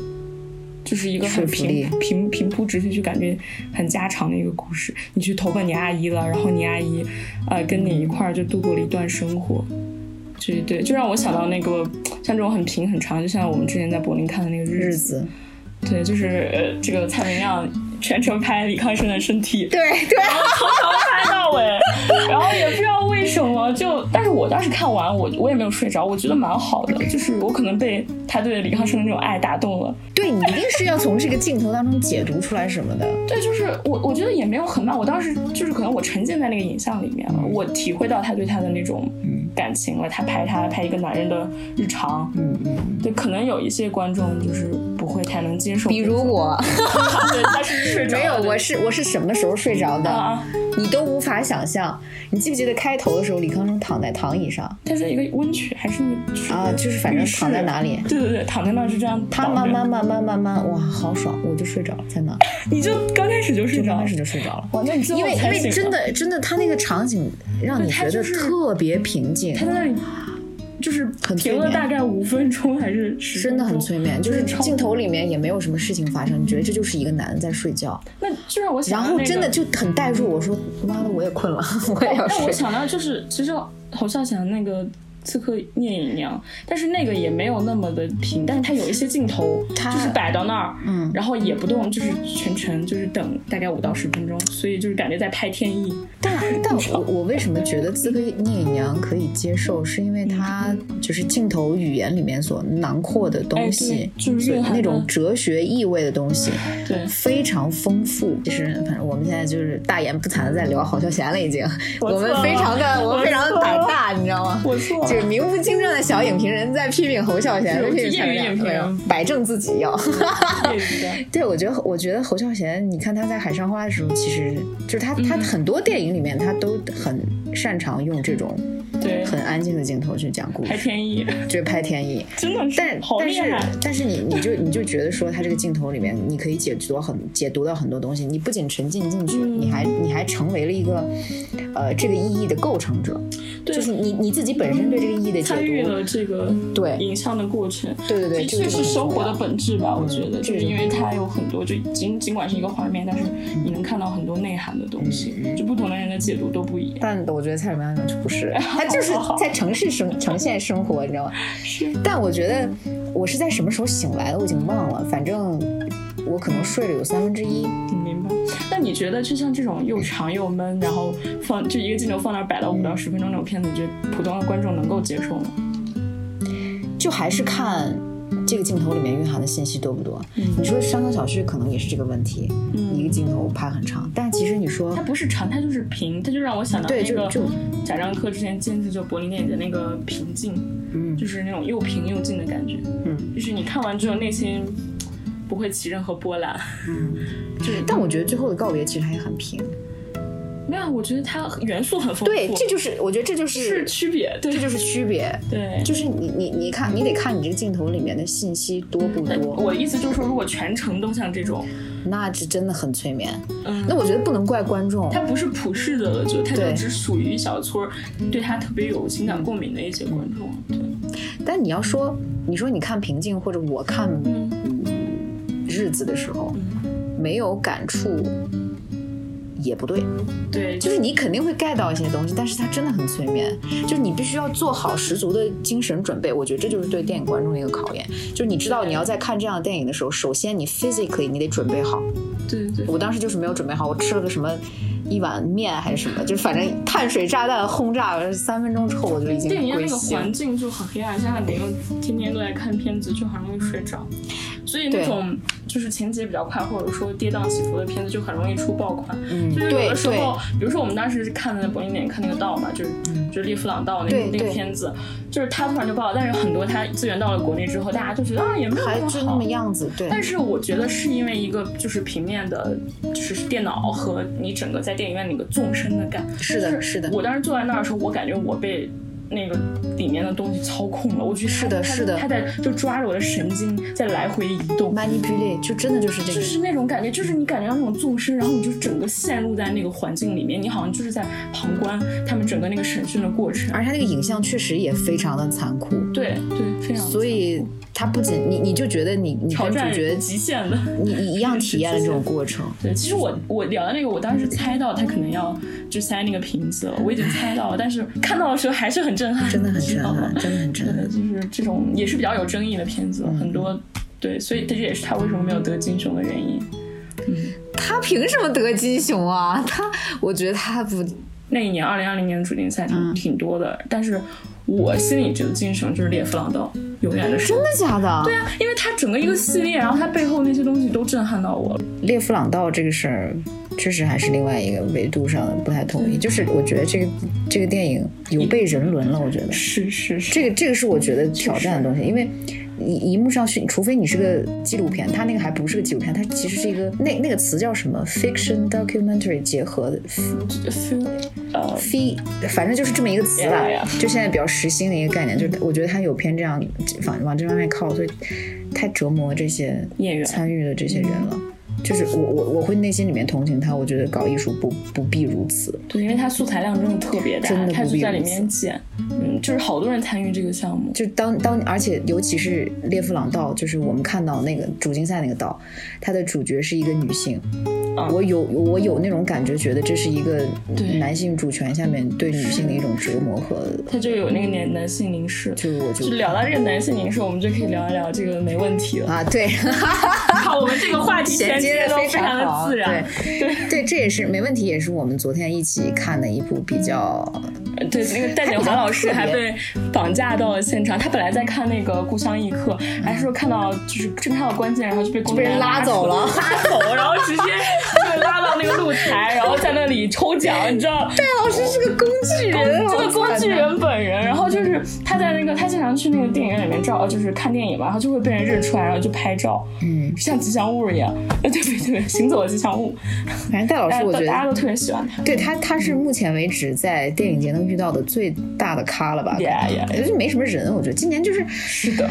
S2: 就是一个
S1: 说
S2: 很
S1: 服力
S2: 平平平铺直叙，就感觉很家常的一个故事。你去投奔你阿姨了，然后你阿姨，呃，跟你一块儿就度过了一段生活。对对，就让我想到那个像这种很平很长，就像我们之前在柏林看的那个
S1: 日
S2: 日子，
S1: 子，
S2: 对，就是呃，这个蔡明亮全程拍李康生的身体，
S1: 对对，
S2: 从头拍到道哎，然后也不知道为什么就，但是我当时看完我我也没有睡着，我觉得蛮好的，就是我可能被他对李康生的那种爱打动了。
S1: 对你一定是要从这个镜头当中解读出来什么的。
S2: 对，就是我我觉得也没有很慢，我当时就是可能我沉浸在那个影像里面了，我体会到他对他的那种感情了。他拍他拍一个男人的日常，
S1: 嗯嗯，
S2: 对，可能有一些观众就是不会太能接受。
S1: 比如我
S2: 对，他是 睡着
S1: 没有，
S2: 了
S1: 我是我是什么时候睡着
S2: 啊
S1: 的？
S2: 啊，
S1: 你都无法想象。你记不记得开头的时候，李康生躺在躺椅上
S2: 他是一个温泉还是就是
S1: 啊，就是反正躺在哪里，
S2: 对对对，躺在那儿就这样
S1: 他
S2: 倒着
S1: 慢慢慢慢慢慢，哇，好爽，我就睡着了，在那
S2: 你就刚开始就睡
S1: 就
S2: 着
S1: 刚
S2: 了
S1: 开始，就睡着了。
S2: 哇，那你最后
S1: 因为因
S2: 才
S1: 为
S2: 醒
S1: 真
S2: 了，
S1: 的真的，他那个场景让你
S2: 对他
S1: 觉得
S2: 就是
S1: 特别平静，
S2: 他在那里就是
S1: 很催
S2: 停了
S1: 眠
S2: 大概五分钟还是十分
S1: 真的很
S2: 钟
S1: 催眠，就是
S2: 超
S1: 镜头里面也没有什么事情发生，你觉得这就是一个男人在睡觉，
S2: 那就让我想
S1: 然
S2: 到
S1: 后
S2: 啊那
S1: 真
S2: 个
S1: 的就很带入。我说妈的，我也困了， 我也要
S2: 但我
S1: 睡。
S2: 想到就是，其实侯孝贤那个《刺客聂隐娘》，但是那个也没有那么的平，但是它有一些镜头
S1: 它
S2: 就是摆到那儿，
S1: 嗯
S2: 然后也不动，就是全程就是等大概五到十分钟，所以就是感觉在拍天意。
S1: 但但我我为什么觉得《刺客聂隐娘》可以接受，是因为它就是镜头语言里面所囊括的东西
S2: 哎，对就是
S1: 所以
S2: 蕴含的
S1: 那种哲学意味的东西
S2: 对，
S1: 非常丰富。其实反正我们现在就是大言不惭的在聊郝孝贤了，已经。
S2: 我
S1: 我们
S2: 错了
S1: 非常的我们非常
S2: 我
S1: 的
S2: 错了
S1: 胆大，你知道吗？
S2: 我错了
S1: 就是名不经传的小影评人在批评侯孝贤，
S2: 对
S1: 在批评
S2: 业
S1: 蔡
S2: 余
S1: 明亮
S2: 影评
S1: 没有
S2: 人
S1: 摆正自己要。
S2: 对对
S1: 对，我觉得我觉得侯孝贤，你看他在《海上花》的时候，其实就是他、他
S2: 嗯
S1: 很多电影里面他都很擅长用这种
S2: 对，
S1: 很安静的镜头去讲故
S2: 拍
S1: 事，
S2: 天意，
S1: 就是拍天意。
S2: 真的
S1: 但
S2: 是好
S1: 但
S2: 厉
S1: 是
S2: 害。
S1: 但是你你就你就觉得说他这个镜头里面，你可以解读到很解读到很多东西，你不仅沉浸进去，
S2: 嗯
S1: 你还你还成为了一个呃这个意义的构成者，
S2: 对
S1: 就是你你自己本身对这个意义的解
S2: 参与
S1: 读，
S2: 了这个
S1: 对
S2: 影像的过程，
S1: 对对对，
S2: 的
S1: 这
S2: 确
S1: 个
S2: 是
S1: 很
S2: 生
S1: 重
S2: 活
S1: 要
S2: 的本质吧。我觉得，
S1: 嗯
S2: 就
S1: 这
S2: 是
S1: 个
S2: 因为它有很多，就尽尽管是一个画面，但是你能看到很多内涵的东西，
S1: 嗯
S2: 就不同的人的解读都不一样。
S1: 但我觉得蔡明亮就不 是，他就是
S2: 好好
S1: 在城市生呈现生活，你知道吗？
S2: 是，
S1: 但我觉得我是在什么时候醒来的，我已经忘了，反正我可能睡了有三分之一。
S2: 你嗯明白？那你觉得，就像这种又长又闷，然后放就一个镜头放那儿摆到五到十分钟那种片子，你觉得普通的观众能够接受吗？
S1: 就还是看这个镜头里面蕴含的信息多不多。你说《山河小事》可能也是这个问题，
S2: 嗯
S1: 一个镜头拍很长，但其实你说
S2: 它不是长，它就是平，它就让我想到
S1: 对
S2: 嗯那
S1: 就
S2: 个
S1: 就
S2: 贾樟柯之前坚持就柏林电影节那个平静，
S1: 嗯
S2: 就是那种又平又静的感觉，
S1: 嗯，
S2: 就是你看完之后内心不会起任何波澜， 嗯，就是
S1: 但我觉得最后的告别其实还很平。
S2: 没有，我觉得它元素很丰富，
S1: 对，这就是我觉得这就是是
S2: 区别，对
S1: 这就是区别，
S2: 对。
S1: 就是你你你看你得看你这个镜头里面的信息多不多。
S2: 我的意思就是说，如果全程都像这种，
S1: 那是真的很催眠。
S2: 嗯
S1: 那我觉得不能怪观众，
S2: 它不是普世的了，就它就
S1: 对
S2: 只属于一小撮儿对它特别有情感共鸣的一些观众。对，
S1: 但你要说，你说你看平静或者我看
S2: 嗯，
S1: 日子的时候，没有感触。也不对，
S2: 对，
S1: 就是你肯定会 get 到一些东西，但是它真的很催眠，就是你必须要做好十足的精神准备。我觉得这就是对电影观众的一个考验，就是你知道你要在看这样的电影的时候，首先你 physically 你得准备好，
S2: 对对对
S1: 我当时就是没有准备好，我吃了个什么一碗面还是什么，就反正碳水炸弹轰炸了三分钟之后我就已经
S2: 电影院
S1: 归
S2: 那个
S1: 西了
S2: 环。境就很黑暗，加上你又天天都在看片子，就很容易睡着。所以那
S1: 对
S2: 种就是情节比较快，或者说跌宕起伏的片子，就很容易出爆款。
S1: 嗯，
S2: 就是有
S1: 对
S2: 的时
S1: 对
S2: 候，比如说我们当时是看的柏林电影看那个道嘛，就是就是利弗朗道那
S1: 对
S2: 个那个
S1: 对
S2: 片子，就是它突然就爆了，但是很多它资源到了国内之后，大家就觉得啊也没有
S1: 还就
S2: 那
S1: 那
S2: 么好
S1: 么。样子，对。
S2: 但是我觉得是因为一个就是平面的，就是电脑和你整个在电影院那个纵深的感。
S1: 是的
S2: 就是
S1: 的
S2: 我当时坐在那儿的时候，我感觉我被。那个里面的东西操控了，我觉得
S1: 是的
S2: 它
S1: 是的
S2: 它在就抓着我的神经在来回移动，
S1: manipulate 就真的就是这
S2: 就
S1: 个，
S2: 是那种感觉，就是你感觉到那种纵深，然后你就整个陷入在那个环境里面，你好像就是在旁观他们整个那个审讯的过程。
S1: 而且它那个影像确实也非常的残酷，
S2: 对对，非常。
S1: 所以它不仅你你就觉得你你
S2: 挑
S1: 跟主
S2: 战
S1: 角
S2: 极限的。
S1: 你你一样 体验了这种过程，
S2: 对，其实我我聊的那个，我当时猜到他可能要就塞那个瓶子了，我已经猜到了，但是看到的时候还是很震撼，
S1: 真的很
S2: 你知
S1: 震
S2: 道吗
S1: 撼，真的很震撼
S2: 对，。就是这种嗯也是比较有争议的片子，很多对，所以这也是他为什么没有得金熊的原因。
S1: 他凭什么得金熊啊？他我觉得他不
S2: 那一年二零二零年的主竞赛挺挺多的，但是我心里觉得金绳就是列夫朗道永远的神
S1: 真。的假的？
S2: 对啊，因为它整个一个系列，然后它背后那些东西都震撼到我了。
S1: 列夫朗道这个事儿，确实还是另外一个维度上的不太统一。就是我觉得这个这个电影有被人伦了，我觉得
S2: 是是是，
S1: 这个这个是我觉得挑战的东西，因为。一一幕上是，除非你是个纪录片，它那个还不是个纪录片，它其实是一个那那个词叫什么 fiction documentary 结合的
S2: feel 呃
S1: f 反正就是这么一个词吧
S2: Yeah, yeah.
S1: 就现在比较时兴的一个概念，就是我觉得它有偏这样往往这方面靠，所以太折磨这些
S2: 演员
S1: 参与的这些人了。就是我我我会内心里面同情他，我觉得搞艺术不不必如此。
S2: 对，因为它素材量真的特别
S1: 真
S2: 大，
S1: 的
S2: 它
S1: 不
S2: 就
S1: 比
S2: 在
S1: 如
S2: 里面剪，嗯，就是好多人参与这个项目。
S1: 就当当，而且尤其是列夫朗道，就是我们看到那个主竞赛那个道，它的主角是一个女性，
S2: 啊
S1: 我有我有那种感觉，觉得这是一个
S2: 对
S1: 男性主权下面对女性的一种折磨和，
S2: 它就有那个男男性凝视，
S1: 就我就
S2: 就聊到这个男性凝视，我们就可以聊一聊这个没问题了。
S1: 啊对。
S2: 好，我们这个话题
S1: 衔
S2: 衔
S1: 接
S2: 接
S1: 的
S2: 的
S1: 非
S2: 非常
S1: 常
S2: 的
S1: 好，
S2: 自然，
S1: 对对，这也是没问题，也是我们昨天一起看的一部比 较
S2: 对，那个戴锦华老师还被绑架到了现场。他本来在看那个《故乡异客》，还是说看到就是正看到关键，然后就被工作
S1: 被
S2: 人
S1: 人
S2: 员
S1: 拉走了，
S2: 拉走，然后直接就拉到那个露台，然后在那里抽奖，你知道？
S1: 戴老师是个工具人，
S2: 这
S1: 好
S2: 个
S1: 惨
S2: 工具
S1: 呐。
S2: 人本人，然后就是他在那个他经常去那个电影院里面照，哦就是看电影嘛，然后就会被人认出来，然后就拍照，
S1: 嗯，
S2: 像吉祥物一样， 呃，对对对，行走的吉祥物。哎
S1: 反正戴老
S2: 大
S1: 师，
S2: 家
S1: 我
S2: 都
S1: 觉
S2: 大家
S1: 得
S2: 都特别喜欢他。
S1: 对他，他是目前为止在电影节能遇到的最大的咖了吧？
S2: Yeah, yeah,
S1: 也就没什么人，我觉得今年就是
S2: 是的，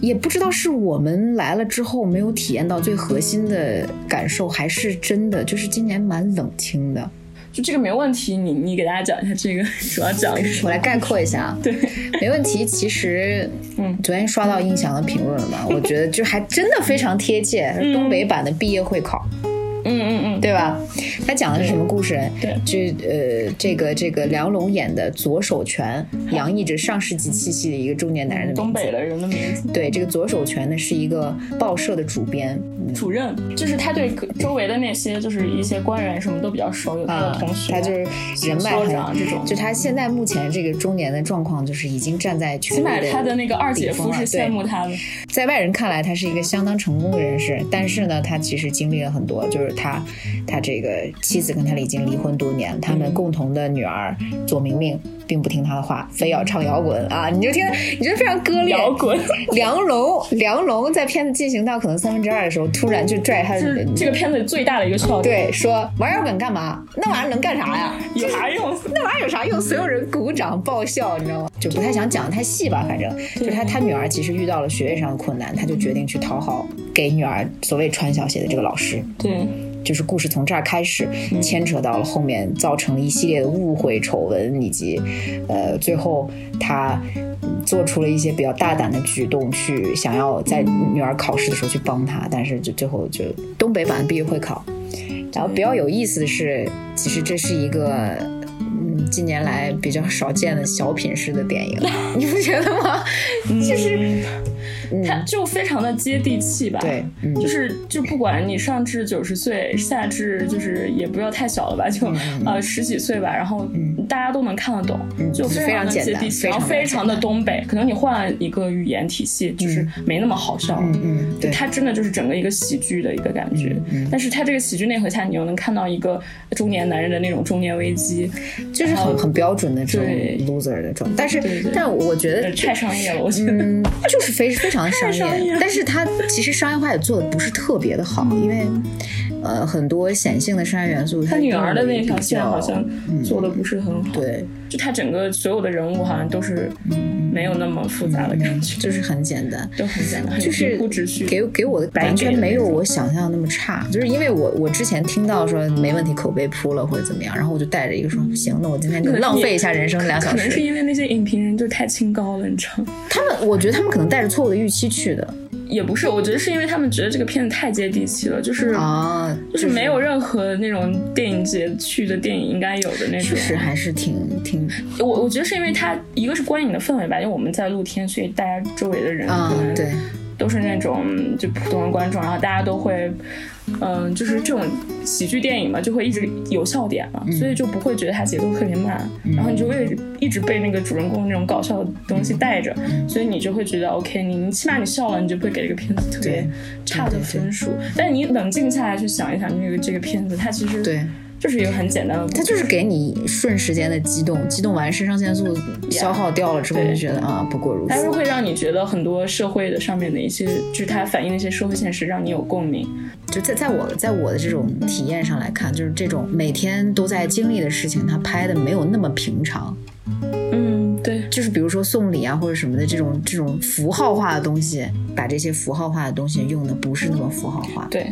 S1: 也不知道是我们来了之后没有体验到最核心的感受，还是真的就是今年蛮冷清的。
S2: 就这个没问题，你你给大家讲一下这个 主要讲一个什
S1: 我
S2: 么？
S1: 来概括一下啊，
S2: 对，
S1: 没问题。其实，
S2: 嗯
S1: 昨天刷到印象的评论了嘛，我觉得就还真的非常贴切，东北版的毕业会考，
S2: 嗯嗯嗯，
S1: 对吧？他讲的是什么故事？
S2: 对
S1: 就呃，这个这个梁龙演的左手拳，洋溢着上世纪气息的一个中年男人的
S2: 嗯东
S1: 名字。
S2: 北的人的名字，
S1: 对，这个左手拳呢是一个报社的主编，嗯
S2: 主任，就是他对周围的那些就是一些官员什么都比较熟，有他
S1: 啊
S2: 的呃同，学，
S1: 他就是人脉
S2: 所
S1: 很
S2: 长。这种。
S1: 就他现在目前这个中年的状况，就是已经站在
S2: 起
S1: 起
S2: 码他的那个二姐
S1: 啊
S2: 夫是羡慕他的，
S1: 在外人看来，他是一个相当成功的人士，但是呢，他其实经历了很多，就是他，他这个妻子跟他已经离婚多年，他
S2: 嗯
S1: 们共同的女儿左明明并不听他的话，非要唱摇滚啊，你就听，你觉得非常割裂。
S2: 摇滚。
S1: 梁龙，梁龙在片子进行到可能三分之二的时候，突然就拽他嗯
S2: 就是
S1: 的，
S2: 这个片子最大的一个笑点，
S1: 对，说玩摇滚干嘛？那玩意儿能干啥呀？
S2: 有啥用？
S1: 那玩意儿有啥用？所有人鼓掌爆笑，你知道吗？就不太想讲得太细吧，反正就是他他女儿其实遇到了学业上的困难，他就决定去讨好给女儿所谓穿小鞋的这个老师。
S2: 对，
S1: 就是故事从这儿开始，牵扯到了后面造成了一系列的误会、丑闻，以及呃，最后他嗯做出了一些比较大胆的举动，去想要在女儿考试的时候去帮她，但是就最后就东北版毕业会考。然后比较有意思的是，其实这是一个。嗯，近年来比较少见的小品式的电影，你不觉得吗？嗯就是，
S2: 他就非常的接地气吧。
S1: 嗯对，嗯，
S2: 就是就不管你上至九十岁，下至就是也不要太小了吧，
S1: 嗯
S2: 就、呃十几岁吧，然后大家都能看得懂，
S1: 嗯
S2: 就
S1: 就是
S2: 非常的
S1: 非常简
S2: 接
S1: 单
S2: 地气，
S1: 非常
S2: 然后非常的东北。可能你换了一个语言体系，就是没那么好笑了。
S1: 嗯嗯，对，嗯
S2: 它真的就是整个一个喜剧的一个感觉，但是它这个喜剧内核下，你又能看到一个中年男人的那种中年危机，
S1: 就是很很标准的这种
S2: 对
S1: loser 的状态。但是，
S2: 对对
S1: 但我觉
S2: 呃
S1: 得
S2: 太商业了，我觉得。
S1: 嗯，就是非非常商业，
S2: 太商业了
S1: 但是它其实商业化也做的不是特别的好，因为呃很多显性的商业元素，
S2: 他
S1: 它
S2: 女儿的那条
S1: 比
S2: 线
S1: 较
S2: 好像
S1: 嗯
S2: 做的不是很好，
S1: 对，
S2: 就他整个所有的人物好像都是
S1: 嗯
S2: 没有那么复杂的感觉，
S1: 就是很简单。
S2: 都很简单，很
S1: 就是
S2: 平铺直叙。
S1: 给给我的
S2: 白
S1: 完全
S2: 给的
S1: 没有
S2: 那种
S1: 我想象的那么差，就是因为我我之前听到说没问题口碑扑了或者怎么样，然后我就带着一个说行，那我今天就
S2: 可能
S1: 浪费
S2: 也
S1: 一下人生两小
S2: 嗯可能是
S1: 时。
S2: 因为那些影评人就太清高了，你知道吗？
S1: 他们我觉得他们可能带着错误的预期去的
S2: 也不是，我觉得是因为他们觉得这个片子太接地气了，就是、
S1: 啊，
S2: 就是没有任何那种电影节去的电影应该有的那
S1: 确
S2: 种。
S1: 实还是挺挺
S2: 我我觉得是因为它一个是观影的氛围吧，因为我们在露天，所以大家周围的人
S1: 啊
S2: 可能，
S1: 对，
S2: 都是那种就普通的观众，然后大家都会，嗯、就是这种喜剧电影嘛，就会一直有笑点嘛，
S1: 嗯
S2: 所以就不会觉得它节奏特别慢，然后你就会一直被那个主人公那种搞笑的东
S1: 嗯
S2: 西带着，所以你就会觉得 OK，你你起码你笑了，你就不会给这个片子特别
S1: 对
S2: 差的
S1: 对对对
S2: 分数。但你冷静下来去想一想，这个这个片子它其实
S1: 对，
S2: 就是一个很简单的故事，
S1: 它就是给你瞬时间的激动，激动完肾上腺素消耗掉了之后，
S2: 对
S1: 就觉得啊不过如
S2: 它是
S1: 此。
S2: 会让你觉得很多社会的上面的一些，就是它反映的一些社会现实，让你有共鸣。
S1: 就在在我在我的这种体验上来看，就是这种每天都在经历的事情，它拍的没有那么平常。
S2: 嗯，对，
S1: 就是比如说送礼啊或者什么的这种这种符号化的东西，把这些符号化的东西用的不是那么符号化。
S2: 对，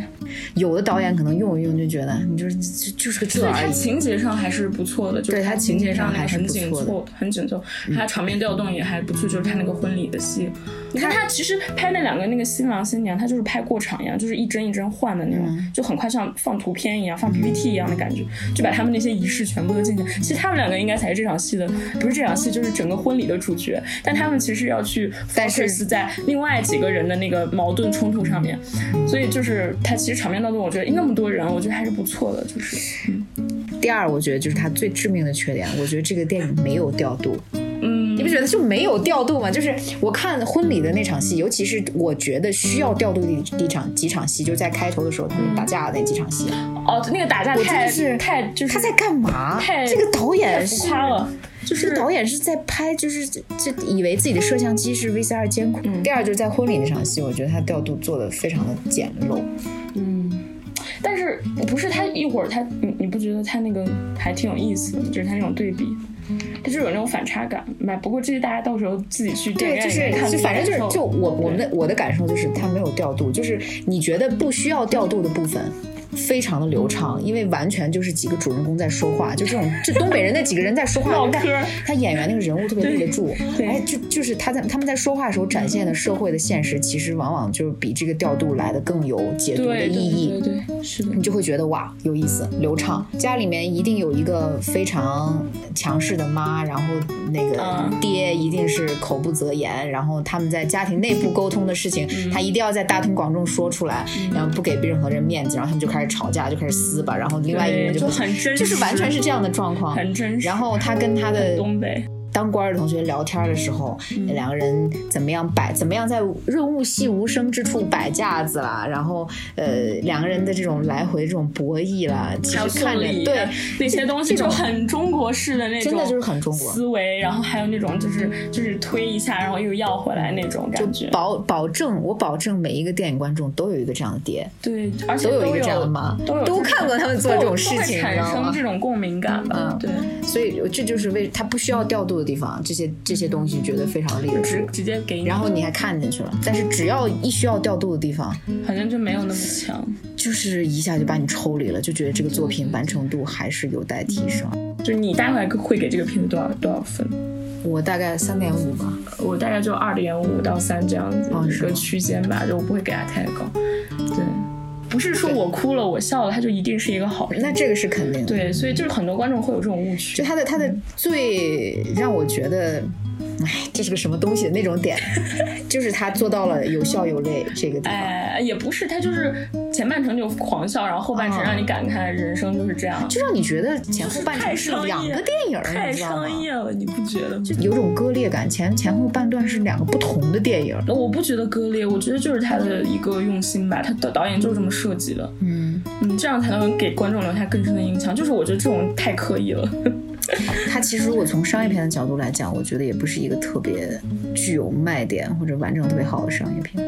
S1: 有的导演可能用一用就觉得你就是就就是个这
S2: 所以
S1: 而
S2: 它
S1: 已。
S2: 情节上还是不错的，就是
S1: 对它情节上
S2: 那个
S1: 还是
S2: 很
S1: 不
S2: 紧
S1: 错的嗯
S2: 凑，很紧凑，它场面调动也还不错，就是它那个婚礼的戏，你看它其实拍那两个那个新郎新娘，它就是拍过场一样，就是一帧一帧换的那种，
S1: 嗯
S2: 就很快像放图片一样，放 PPT 一样的感觉，就把他们那些仪式全部都进行。其实他们两个应该才是这场戏的，不是这场戏就是整个婚礼的主角，但他们其实要去
S1: 但是
S2: focus 在另外几个人的那个矛盾冲突上面，所以就是它其实场面当中，我觉得那么多人，我觉得还是不错的，就是。
S1: 第二，我觉得就是它最致命的缺点，我觉得这个电影没有调度。
S2: 嗯
S1: 你不觉得就没有调度吗？就是我看婚礼的那场戏，尤其是我觉得需要调度的一场几场戏，就是在开头的时候他们打架的那几场戏，，
S2: 哦，那个打架
S1: 我真
S2: 太
S1: 的是
S2: 太就是
S1: 他在干嘛
S2: 太？
S1: 这个导
S2: 太
S1: 演
S2: 浮
S1: 是
S2: 夸了，就
S1: 这
S2: 是
S1: 个导演是在拍，就是这这以为自己的摄像机是 VCR 监控。
S2: 嗯
S1: 第二就是在婚礼那场戏，我觉得他调度做的非常的简陋。
S2: 但是不是他一会儿他你你不觉得他那个还挺有意思的吗？就是他那种对比，他就有那种反差感。买不过这些大家到时候自己去电影
S1: 对，
S2: 院
S1: 就
S2: 里面
S1: 是
S2: 看
S1: 就
S2: 自己
S1: 反正就是
S2: 感受
S1: 就我我们的我的感受就是它没有调度，就是你觉得不需要调度的部分。非常的流畅，因为完全就是几个主人公在说话，就这种，这东北人那几个人在说话
S2: 唠，
S1: 但
S2: 嗑儿
S1: 他演员那个人物特别立得住，
S2: 对
S1: 哎，就就是他在他们在说话的时候展现的社会的现实，其实往往就是比这个调度来的更有解读的
S2: 对对
S1: 意义。
S2: 对对对是的
S1: 你。就会觉得哇有意思流畅。家里面一定有一个非常强势的妈，然后那个
S2: 嗯
S1: 爹一定是口不择言，然后他们在家庭内部沟通的事情，
S2: 嗯
S1: 他一定要在大庭广众说出来，然后不给任何人面子，然后他们就开始吵架，就开始撕吧，然后另外一个人
S2: 对
S1: 就
S2: 就很真实
S1: 就是完全是这样的状况，
S2: 很真实
S1: 然后他跟他的
S2: 东北，
S1: 当官儿的同学聊天儿的时候，
S2: 嗯
S1: 两个人怎么样摆，怎么样在润物细无声之处摆架子啦，然后呃两个人的这种来回这种博弈啦，其
S2: 还有
S1: 实看
S2: 送
S1: 着
S2: 礼，啊
S1: 对
S2: 那些东西
S1: 这
S2: 就
S1: 种
S2: 很中国式的那种，
S1: 真的就是很中国
S2: 思维，然后还有那种就是就是推一下，然后又要回来那种感觉。
S1: 保保证我保证每一个电影观众都有一个这样的爹，
S2: 对，而且
S1: 都有
S2: 都
S1: 一个
S2: 有
S1: 这样的妈
S2: 都有
S1: 都
S2: 这种
S1: 看过他们做这种
S2: 都
S1: 事
S2: 都会
S1: 情你知
S2: 产
S1: 道吗
S2: 生这种共鸣感吧？
S1: 嗯
S2: 对，
S1: 所以这就是为他不需要调度的地方，这些这些东西觉得非常立得住
S2: 直。直接给你，
S1: 然后你还看进去了，但是只要一需要调度的地方，
S2: 好像就没有那么强。
S1: 就是一下就把你抽离了，就觉得这个作品完成度还是有待提升。
S2: 就是你大概会给这个片子多少多少分？
S1: 我大概三点五吧，
S2: 我大概就二点五到三这样子
S1: 哦
S2: 一
S1: 是
S2: 个
S1: 吗
S2: 区间吧，就我不会给它太高。对，不是说我哭了我笑了，它就一定是一个好片。
S1: 那这个是肯定的。
S2: 对，所以就是很多观众会有这种误
S1: 就
S2: 区。
S1: 他的他的最让我觉得，哎，这是个什么东西的那种点， 就是他做到了有笑有泪这个地方。
S2: 哎，也不是，它就是前半程就狂笑，然后后半程
S1: 哦
S2: 让你感慨人生就是这样，
S1: 就让你觉得前后半程是两个电影儿，
S2: 太
S1: 你知道吗
S2: 商？业了，你不觉得吗？
S1: 就有种割裂感，前前后半段是两个不同的电影儿。
S2: 我不觉得割裂，我觉得就是他的一个用心吧，他导导演就是这么设计的，
S1: 嗯，
S2: 嗯，这样才能给观众留下更深的印象。就是我觉得这种太刻意了，
S1: 它其实如果从商业片的角度来讲，我觉得也不是一个特别具有卖点或者完整特别好的商业片。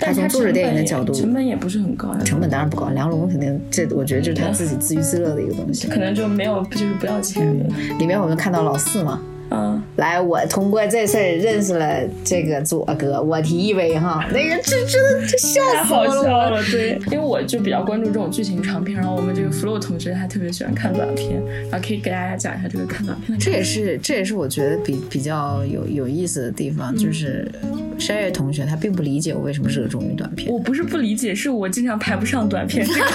S2: 但是
S1: 从
S2: 它
S1: 作者电影的角度
S2: 成本也不是很高，
S1: 成本当然不高，梁龙肯定这，我觉得就是他自己自娱自乐的一个东西。
S2: 嗯
S1: 嗯
S2: 可能就没有就是不要钱的，
S1: 里面我们看到老四嘛，
S2: 嗯，
S1: 来，我通过这事儿认识了这个左哥，我提一杯哈，那个这真的这笑
S2: 太
S1: 死
S2: 好
S1: 我
S2: 笑
S1: 了。
S2: 了，对，因为我就比较关注这种剧情长片，然后我们这个 flow 同学他特别喜欢看短片，然后可以给大家讲一下这个看短片的。
S1: 这也是这也是我觉得比比较有有意思的地方，就是
S2: 嗯
S1: 山月同学他并不理解我为什么热衷于短片。
S2: 我不是不理解，是我经常排不上短片，这个就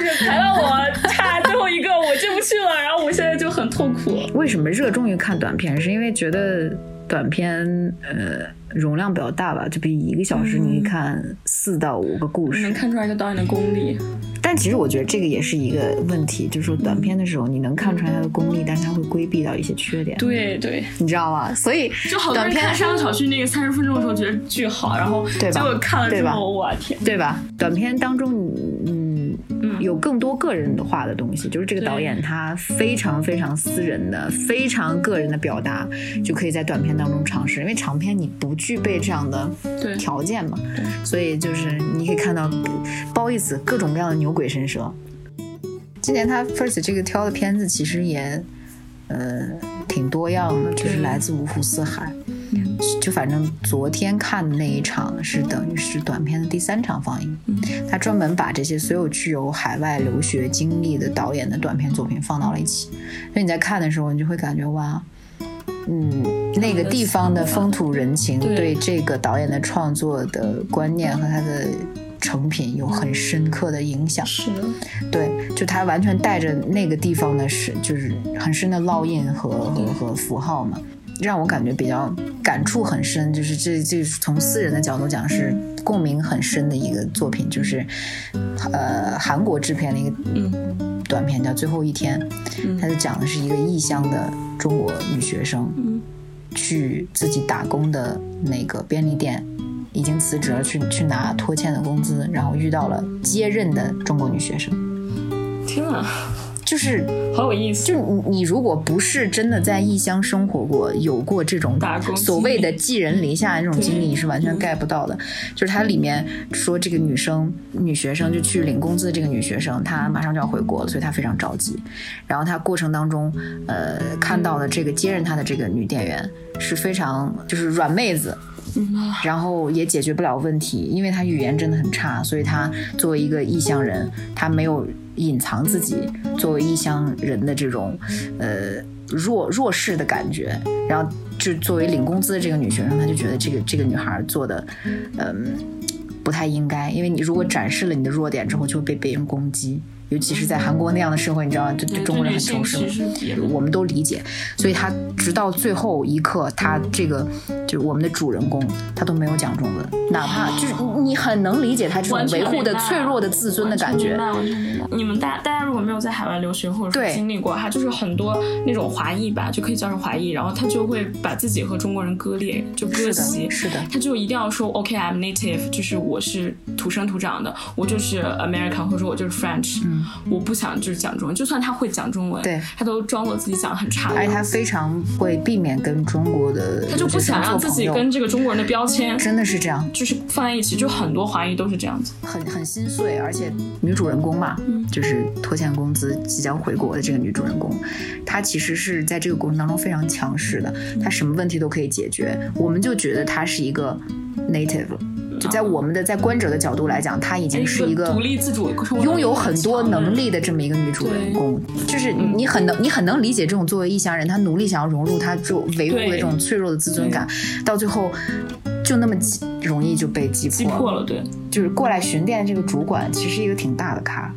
S2: 是排到我差最后一个我进不去了，然后我现在就很痛苦。
S1: 为什么热衷于看短片？是因为觉得短片呃容量比较大吧，就比一个小时
S2: 嗯
S1: 你可以看四到五个故事。
S2: 能看出来一个导演的功力。
S1: 但其实我觉得这个也是一个问题，就是说短片的时候你能看出来它的功力，但是它会规避到一些缺点，
S2: 对对，
S1: 你知道吗？所以
S2: 就好多
S1: 短
S2: 人
S1: 片
S2: 看山上小区那个三十分钟的时候觉得巨好，然后
S1: 对
S2: 结
S1: 吧
S2: 果看了
S1: 对
S2: 之
S1: 吧
S2: 后，我天，
S1: 对吧？短片当中你，嗯
S2: 嗯
S1: 有更多个人化的东西，就是这个
S2: 对
S1: 导演他非常非常私人的、非常个人的表达，就可以在短片当中尝试。因为长片你不具备这样的
S2: 对
S1: 条件嘛，
S2: 对
S1: 所以就是你可以看到，不好意思，各种各样的牛鬼神蛇。今年他 First 这个挑的片子其实也，呃，挺多样的，就是
S2: 对
S1: 来自五湖四海。
S2: 嗯
S1: 就反正昨天看的那一场是等于是短片的第三场放映，
S2: 嗯
S1: 他专门把这些所有具有海外留学经历的导演的短片作品放到了一起，所以你在看的时候，你就会感觉哇，嗯，那个地方的风土人情
S2: 对
S1: 对这个导演的创作的观念和他的成品有很深刻的影响。
S2: 是的，
S1: 对，就他完全带着那个地方的是，就是很深的烙印和和和符号嘛，让我感觉比较感触很深。就是这这从私人的角度讲是共鸣很深的一个作品，就是呃韩国制片的一个
S2: 嗯
S1: 短片叫《最后一天》，
S2: 嗯
S1: 它就讲的是一个异乡的中国女学生，
S2: 嗯
S1: 去自己打工的那个便利店，已经辞职了，去去拿拖欠的工资，然后遇到了接任的中国女学生，
S2: 天啊，
S1: 就是
S2: 好有意思，
S1: 就你你如果不是真的在异乡生活过，有过这种
S2: 打工经历嗯
S1: 所谓的寄人篱下的这种经历，
S2: 对
S1: 你是完全 get 不到的。就是它里面说这个女生女学生就去领工资，这个女学生她马上就要回国了，所以她非常着急。然后她过程当中，呃，看到了这个接任她的这个女店员是非常就是软妹子，
S2: 嗯啊
S1: 然后也解决不了问题，因为他语言真的很差，所以他作为一个异乡人，他没有隐藏自己作为异乡人的这种呃弱弱势的感觉。然后就作为领工资的这个女学生，她就觉得这个这个女孩做的，嗯、不太应该，因为你如果展示了你的弱点之后，就会被别人攻击。尤其是在韩国那样的社会，你知道吗？就
S2: 对
S1: 对中国人很仇视嘛。
S2: 其实也
S1: 我们都理解，所以他直到最后一刻，他这个就是我们的主人公，他都没有讲中文，哪怕就是你很能理解他这种
S2: 完全
S1: 维护的
S2: 明白
S1: 脆弱的自尊的感觉
S2: 完全明。白，完全明白。你们大大家如果没有在海外留学或者
S1: 对
S2: 说经历过，他就是很多那种华裔吧，就可以叫成华裔，然后他就会把自己和中国人割裂，就割席。
S1: 是的，
S2: 他就一定要说 OK，I'm、native，就是我是土生土长的，我就是 American，或者说我就是 French，、
S1: 嗯
S2: 我不想就是讲中文，就算他会讲中文，
S1: 对
S2: 他都装作自己讲得很差的
S1: 而且
S2: 样
S1: 他
S2: 子，
S1: 非常会避免跟中国的
S2: 他就不想让自己
S1: 留学生
S2: 跟这个中国人的标签
S1: 做朋友真的是这样，
S2: 就是放在一起，就很多华裔都是这样子。
S1: 很很心碎，而且女主人公嘛，
S2: 嗯
S1: 就是拖欠工资即将回国的这个女主人公，她其实是在这个过程当中非常强势的，她什么问题都可以解决，我们就觉得她是一个 native，了就
S2: 嗯
S1: 在我们的在观者的角度来讲，她已经是一个
S2: 哎独立自主、生活
S1: 拥有很多能
S2: 力。
S1: 力的这么一个女主人公，就是
S2: 嗯
S1: 你很能你很能理解这种作为异乡人，她努力想要融入她就维护的这种脆弱的自尊感，到最后就那么击容易就被击
S2: 击
S1: 破了。
S2: 破了，对，
S1: 就是过来巡店的这个主管，其实是一个挺大的咖。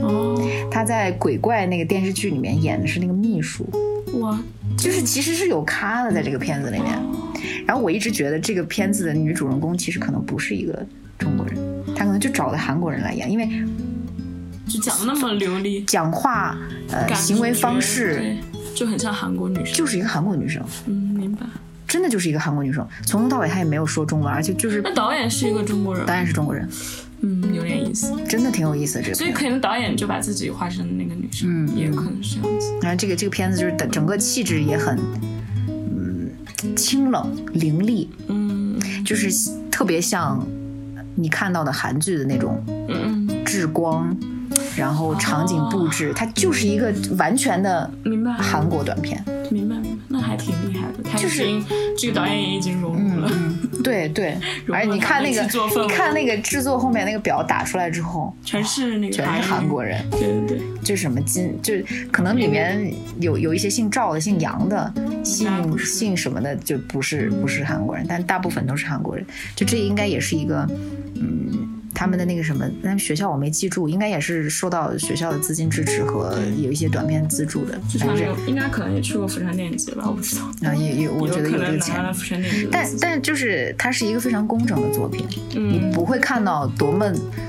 S2: 哦，
S1: 他在《鬼怪》那个电视剧里面演的是那个秘书，
S2: 哇，
S1: 就是其实是有咖的在这个片子里面。然后我一直觉得这个片子的女主人公其实可能不是一个中国人，她可能就找的韩国人来演，因为
S2: 就讲的那么流利，
S1: 讲话呃
S2: 感
S1: 行为
S2: 觉
S1: 方式
S2: 对就很像韩国女生，
S1: 就是一个韩国女生，
S2: 嗯，明白。
S1: 真的就是一个韩国女生，从头到尾她也没有说中文，而且就是
S2: 那导演是一个中国人
S1: 当，然是中国人，
S2: 嗯，有点意思，
S1: 真的挺有意思的这个
S2: 所以
S1: 片子。
S2: 可能导演就把自己画成那个女生，
S1: 嗯
S2: 也可能是这样子，
S1: 然后这个这个片子就是整整个气质也很嗯清冷凌厉，
S2: 嗯
S1: 就是特别像你看到的韩剧的那种
S2: 嗯嗯，
S1: 制光，然后场景布
S2: 哦
S1: 置，它就是一个完全的
S2: 明白，
S1: 韩国短片。
S2: 明白，明白，那还挺厉害的，他
S1: 就是嗯
S2: 已经这个导演也已经融入了，
S1: 对对，
S2: 嗯融
S1: 而且
S2: 入
S1: 你看
S2: 了
S1: 那个，
S2: 制作氛围
S1: 你看那个制作后面那个表打出来之后，
S2: 全是那个
S1: 全是韩国人，
S2: 人，对对对，
S1: 就是什么金，就是可能里面有有一些姓赵的、姓杨的、
S2: 那不
S1: 姓
S2: 是
S1: 姓什么的，就不是不是韩国人，但大部分都是韩国人。就这应该也是一个，嗯，他们的那个什么，他们学校我没记住，应该也是受到学校的资金支持和有一些短片资助的，
S2: 就
S1: 反正
S2: 像
S1: 是
S2: 有应该可能也去过釜山电影节吧，我不知道。
S1: 啊，也也我觉得
S2: 可
S1: 有这个
S2: 能拿
S1: 钱
S2: 了。釜山电影节的
S1: 但
S2: 资
S1: 但就是它是一个非常工整的作品，
S2: 嗯，
S1: 不会看到多么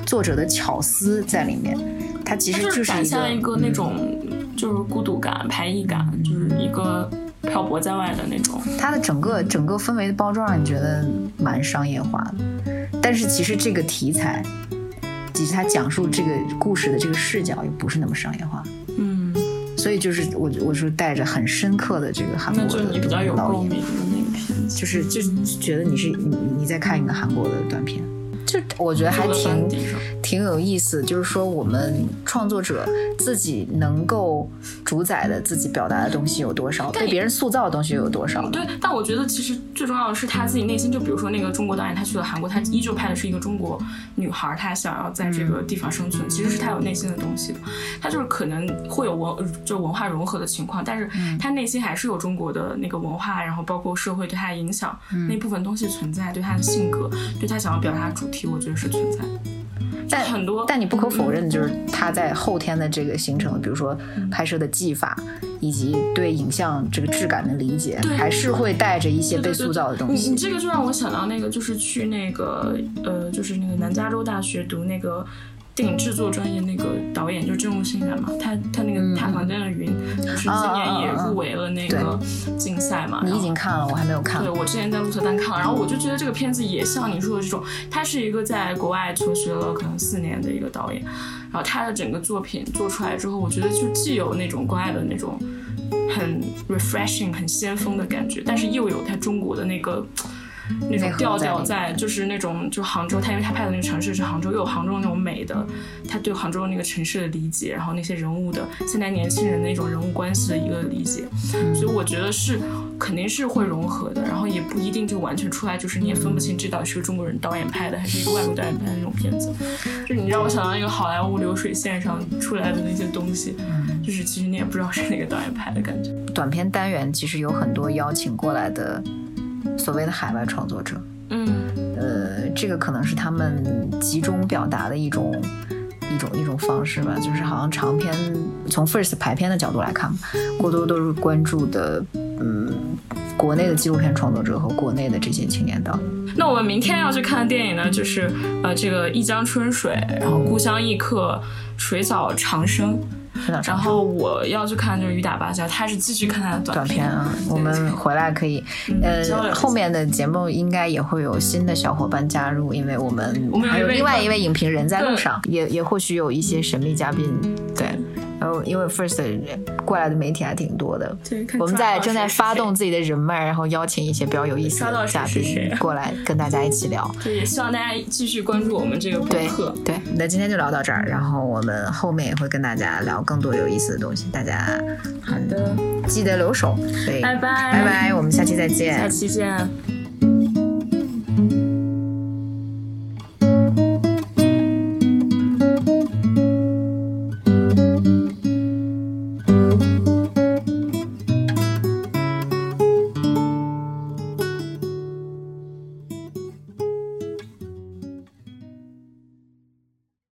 S1: 作者的巧思在里面，它其
S2: 它
S1: 实
S2: 就是
S1: 是
S2: 展现了一个那
S1: 嗯
S2: 种就是孤独感、排异感，就是一个漂泊在外的那种。
S1: 它的整个整个氛围的包装让你觉得蛮商业化的，但是其实这个题材，以及它讲述这个故事的这个视角也不是那么商业化，
S2: 嗯，
S1: 所以就是我我说带着很深刻的这个韩
S2: 那
S1: 国
S2: 就是
S1: 的
S2: 你比较有
S1: 导
S2: 共
S1: 演，
S2: 鸣的那个片子。
S1: 就是就是觉得你是你你在看一个韩国的短片，就我觉得还
S2: 除了
S1: 挺
S2: 班底上
S1: 挺有意思，就是说我们创作者自己能够主宰的自己表达的东西有多少，
S2: 但
S1: 被别人塑造的东西有多少，
S2: 对，但我觉得其实最重要的是他自己内心。就比如说那个中国导演，他去了韩国，他依旧拍的是一个中国女孩儿，她想要在这个
S1: 嗯
S2: 地方生存，其实是他有内心的东西的。他就是可能会有文，就文化融合的情况，但是
S1: 嗯
S2: 他内心还是有中国的那个文化，然后包括社会对他的影响、
S1: 嗯
S2: 那部分东西存在，对他的性格，对他想要表达的主题，我觉得是存在的。
S1: 但
S2: 很多
S1: 但你不可否认的就是他在后天的这个形成，比如说拍摄的技法，以及对影像这个质感的理解
S2: 对，
S1: 还是会带着一些
S2: 对
S1: 被
S2: 对对
S1: 塑造的东
S2: 你
S1: 西
S2: 你。这个就让我想到那个，就是去那个呃，就是那个南加州大学读那个。电影制作专业那个导演就是郑悟新元嘛，他他那个
S1: 嗯
S2: 《塌房间的云》就是
S1: 啊
S2: 今年也入围了那个竞赛嘛。
S1: 你
S2: 然
S1: 已
S2: 后
S1: 经看了，我还没有看
S2: 对，。我之前在鹿特丹看了，然后我就觉得这个片子也像你说的这种，他是一个在国外求学了可能四年的一个导演，然后他的整个作品做出来之后，我觉得就既有那种国外的那种很 refreshing、很先锋的感觉，但是又有他中国的那个。那种
S1: 内核
S2: 调
S1: 在里
S2: 调
S1: 面
S2: 在，就是那种，就杭州，他因为他拍的那个城市是杭州，又有杭州那种美的，他对杭州那个城市的理解，然后那些人物的现在年轻人的一种人物关系的一个理解，
S1: 嗯
S2: 所以我觉得是肯定是会融合的，然后也不一定就完全出来，就是你也分不清这到底是个中国人导演拍的，还是一个外国导演拍的那种片子。就你让我想到那个好莱坞流水线上出来的那些东西，就是其实你也不知道是哪个导演拍的感觉。
S1: 短片单元其实有很多邀请过来的所谓的海外创作者，
S2: 嗯，
S1: 呃，这个可能是他们集中表达的一种一种一种方式吧，就是好像长篇从 first 排片的角度来看，过多都是关注的嗯国内的纪录片创作者和国内的这些青年导演。
S2: 那我们明天要去看的电影呢，就是呃这个《一江春水》，然后《故乡异客》，《水藻长生》，
S1: 非常
S2: 然
S1: 长
S2: 后我要去看就是《雨打芭蕉》，他是继续看他的
S1: 短
S2: 短
S1: 片啊，我们回来可以，
S2: 交流
S1: 呃，
S2: 一下
S1: 后面的节目应该也会有新的小伙伴加入，因为我们
S2: 我们有
S1: 还有
S2: 一位
S1: 另外一位影评人在路上，也也或许有一些神秘嘉宾，对，然后因为 First 过来的媒体还挺多的，
S2: 对 看
S1: 我们
S2: 抓
S1: 在
S2: 到
S1: 正在
S2: 谁是
S1: 发
S2: 谁
S1: 动自己的人脉，然后邀请一些比较有意思
S2: 抓
S1: 的
S2: 到谁
S1: 嘉
S2: 是谁
S1: 宾
S2: 啊
S1: 过来跟大家一起 聊。
S2: 对，也希望大家继续关注我们这个播
S1: 对
S2: 客。
S1: 对，那今天就聊到这儿，然后我们后面也会跟大家聊更多有意思的东西，大家
S2: 好的，
S1: 记得留守。对，
S2: 拜拜
S1: 拜拜，我们下期再见，
S2: 下期见。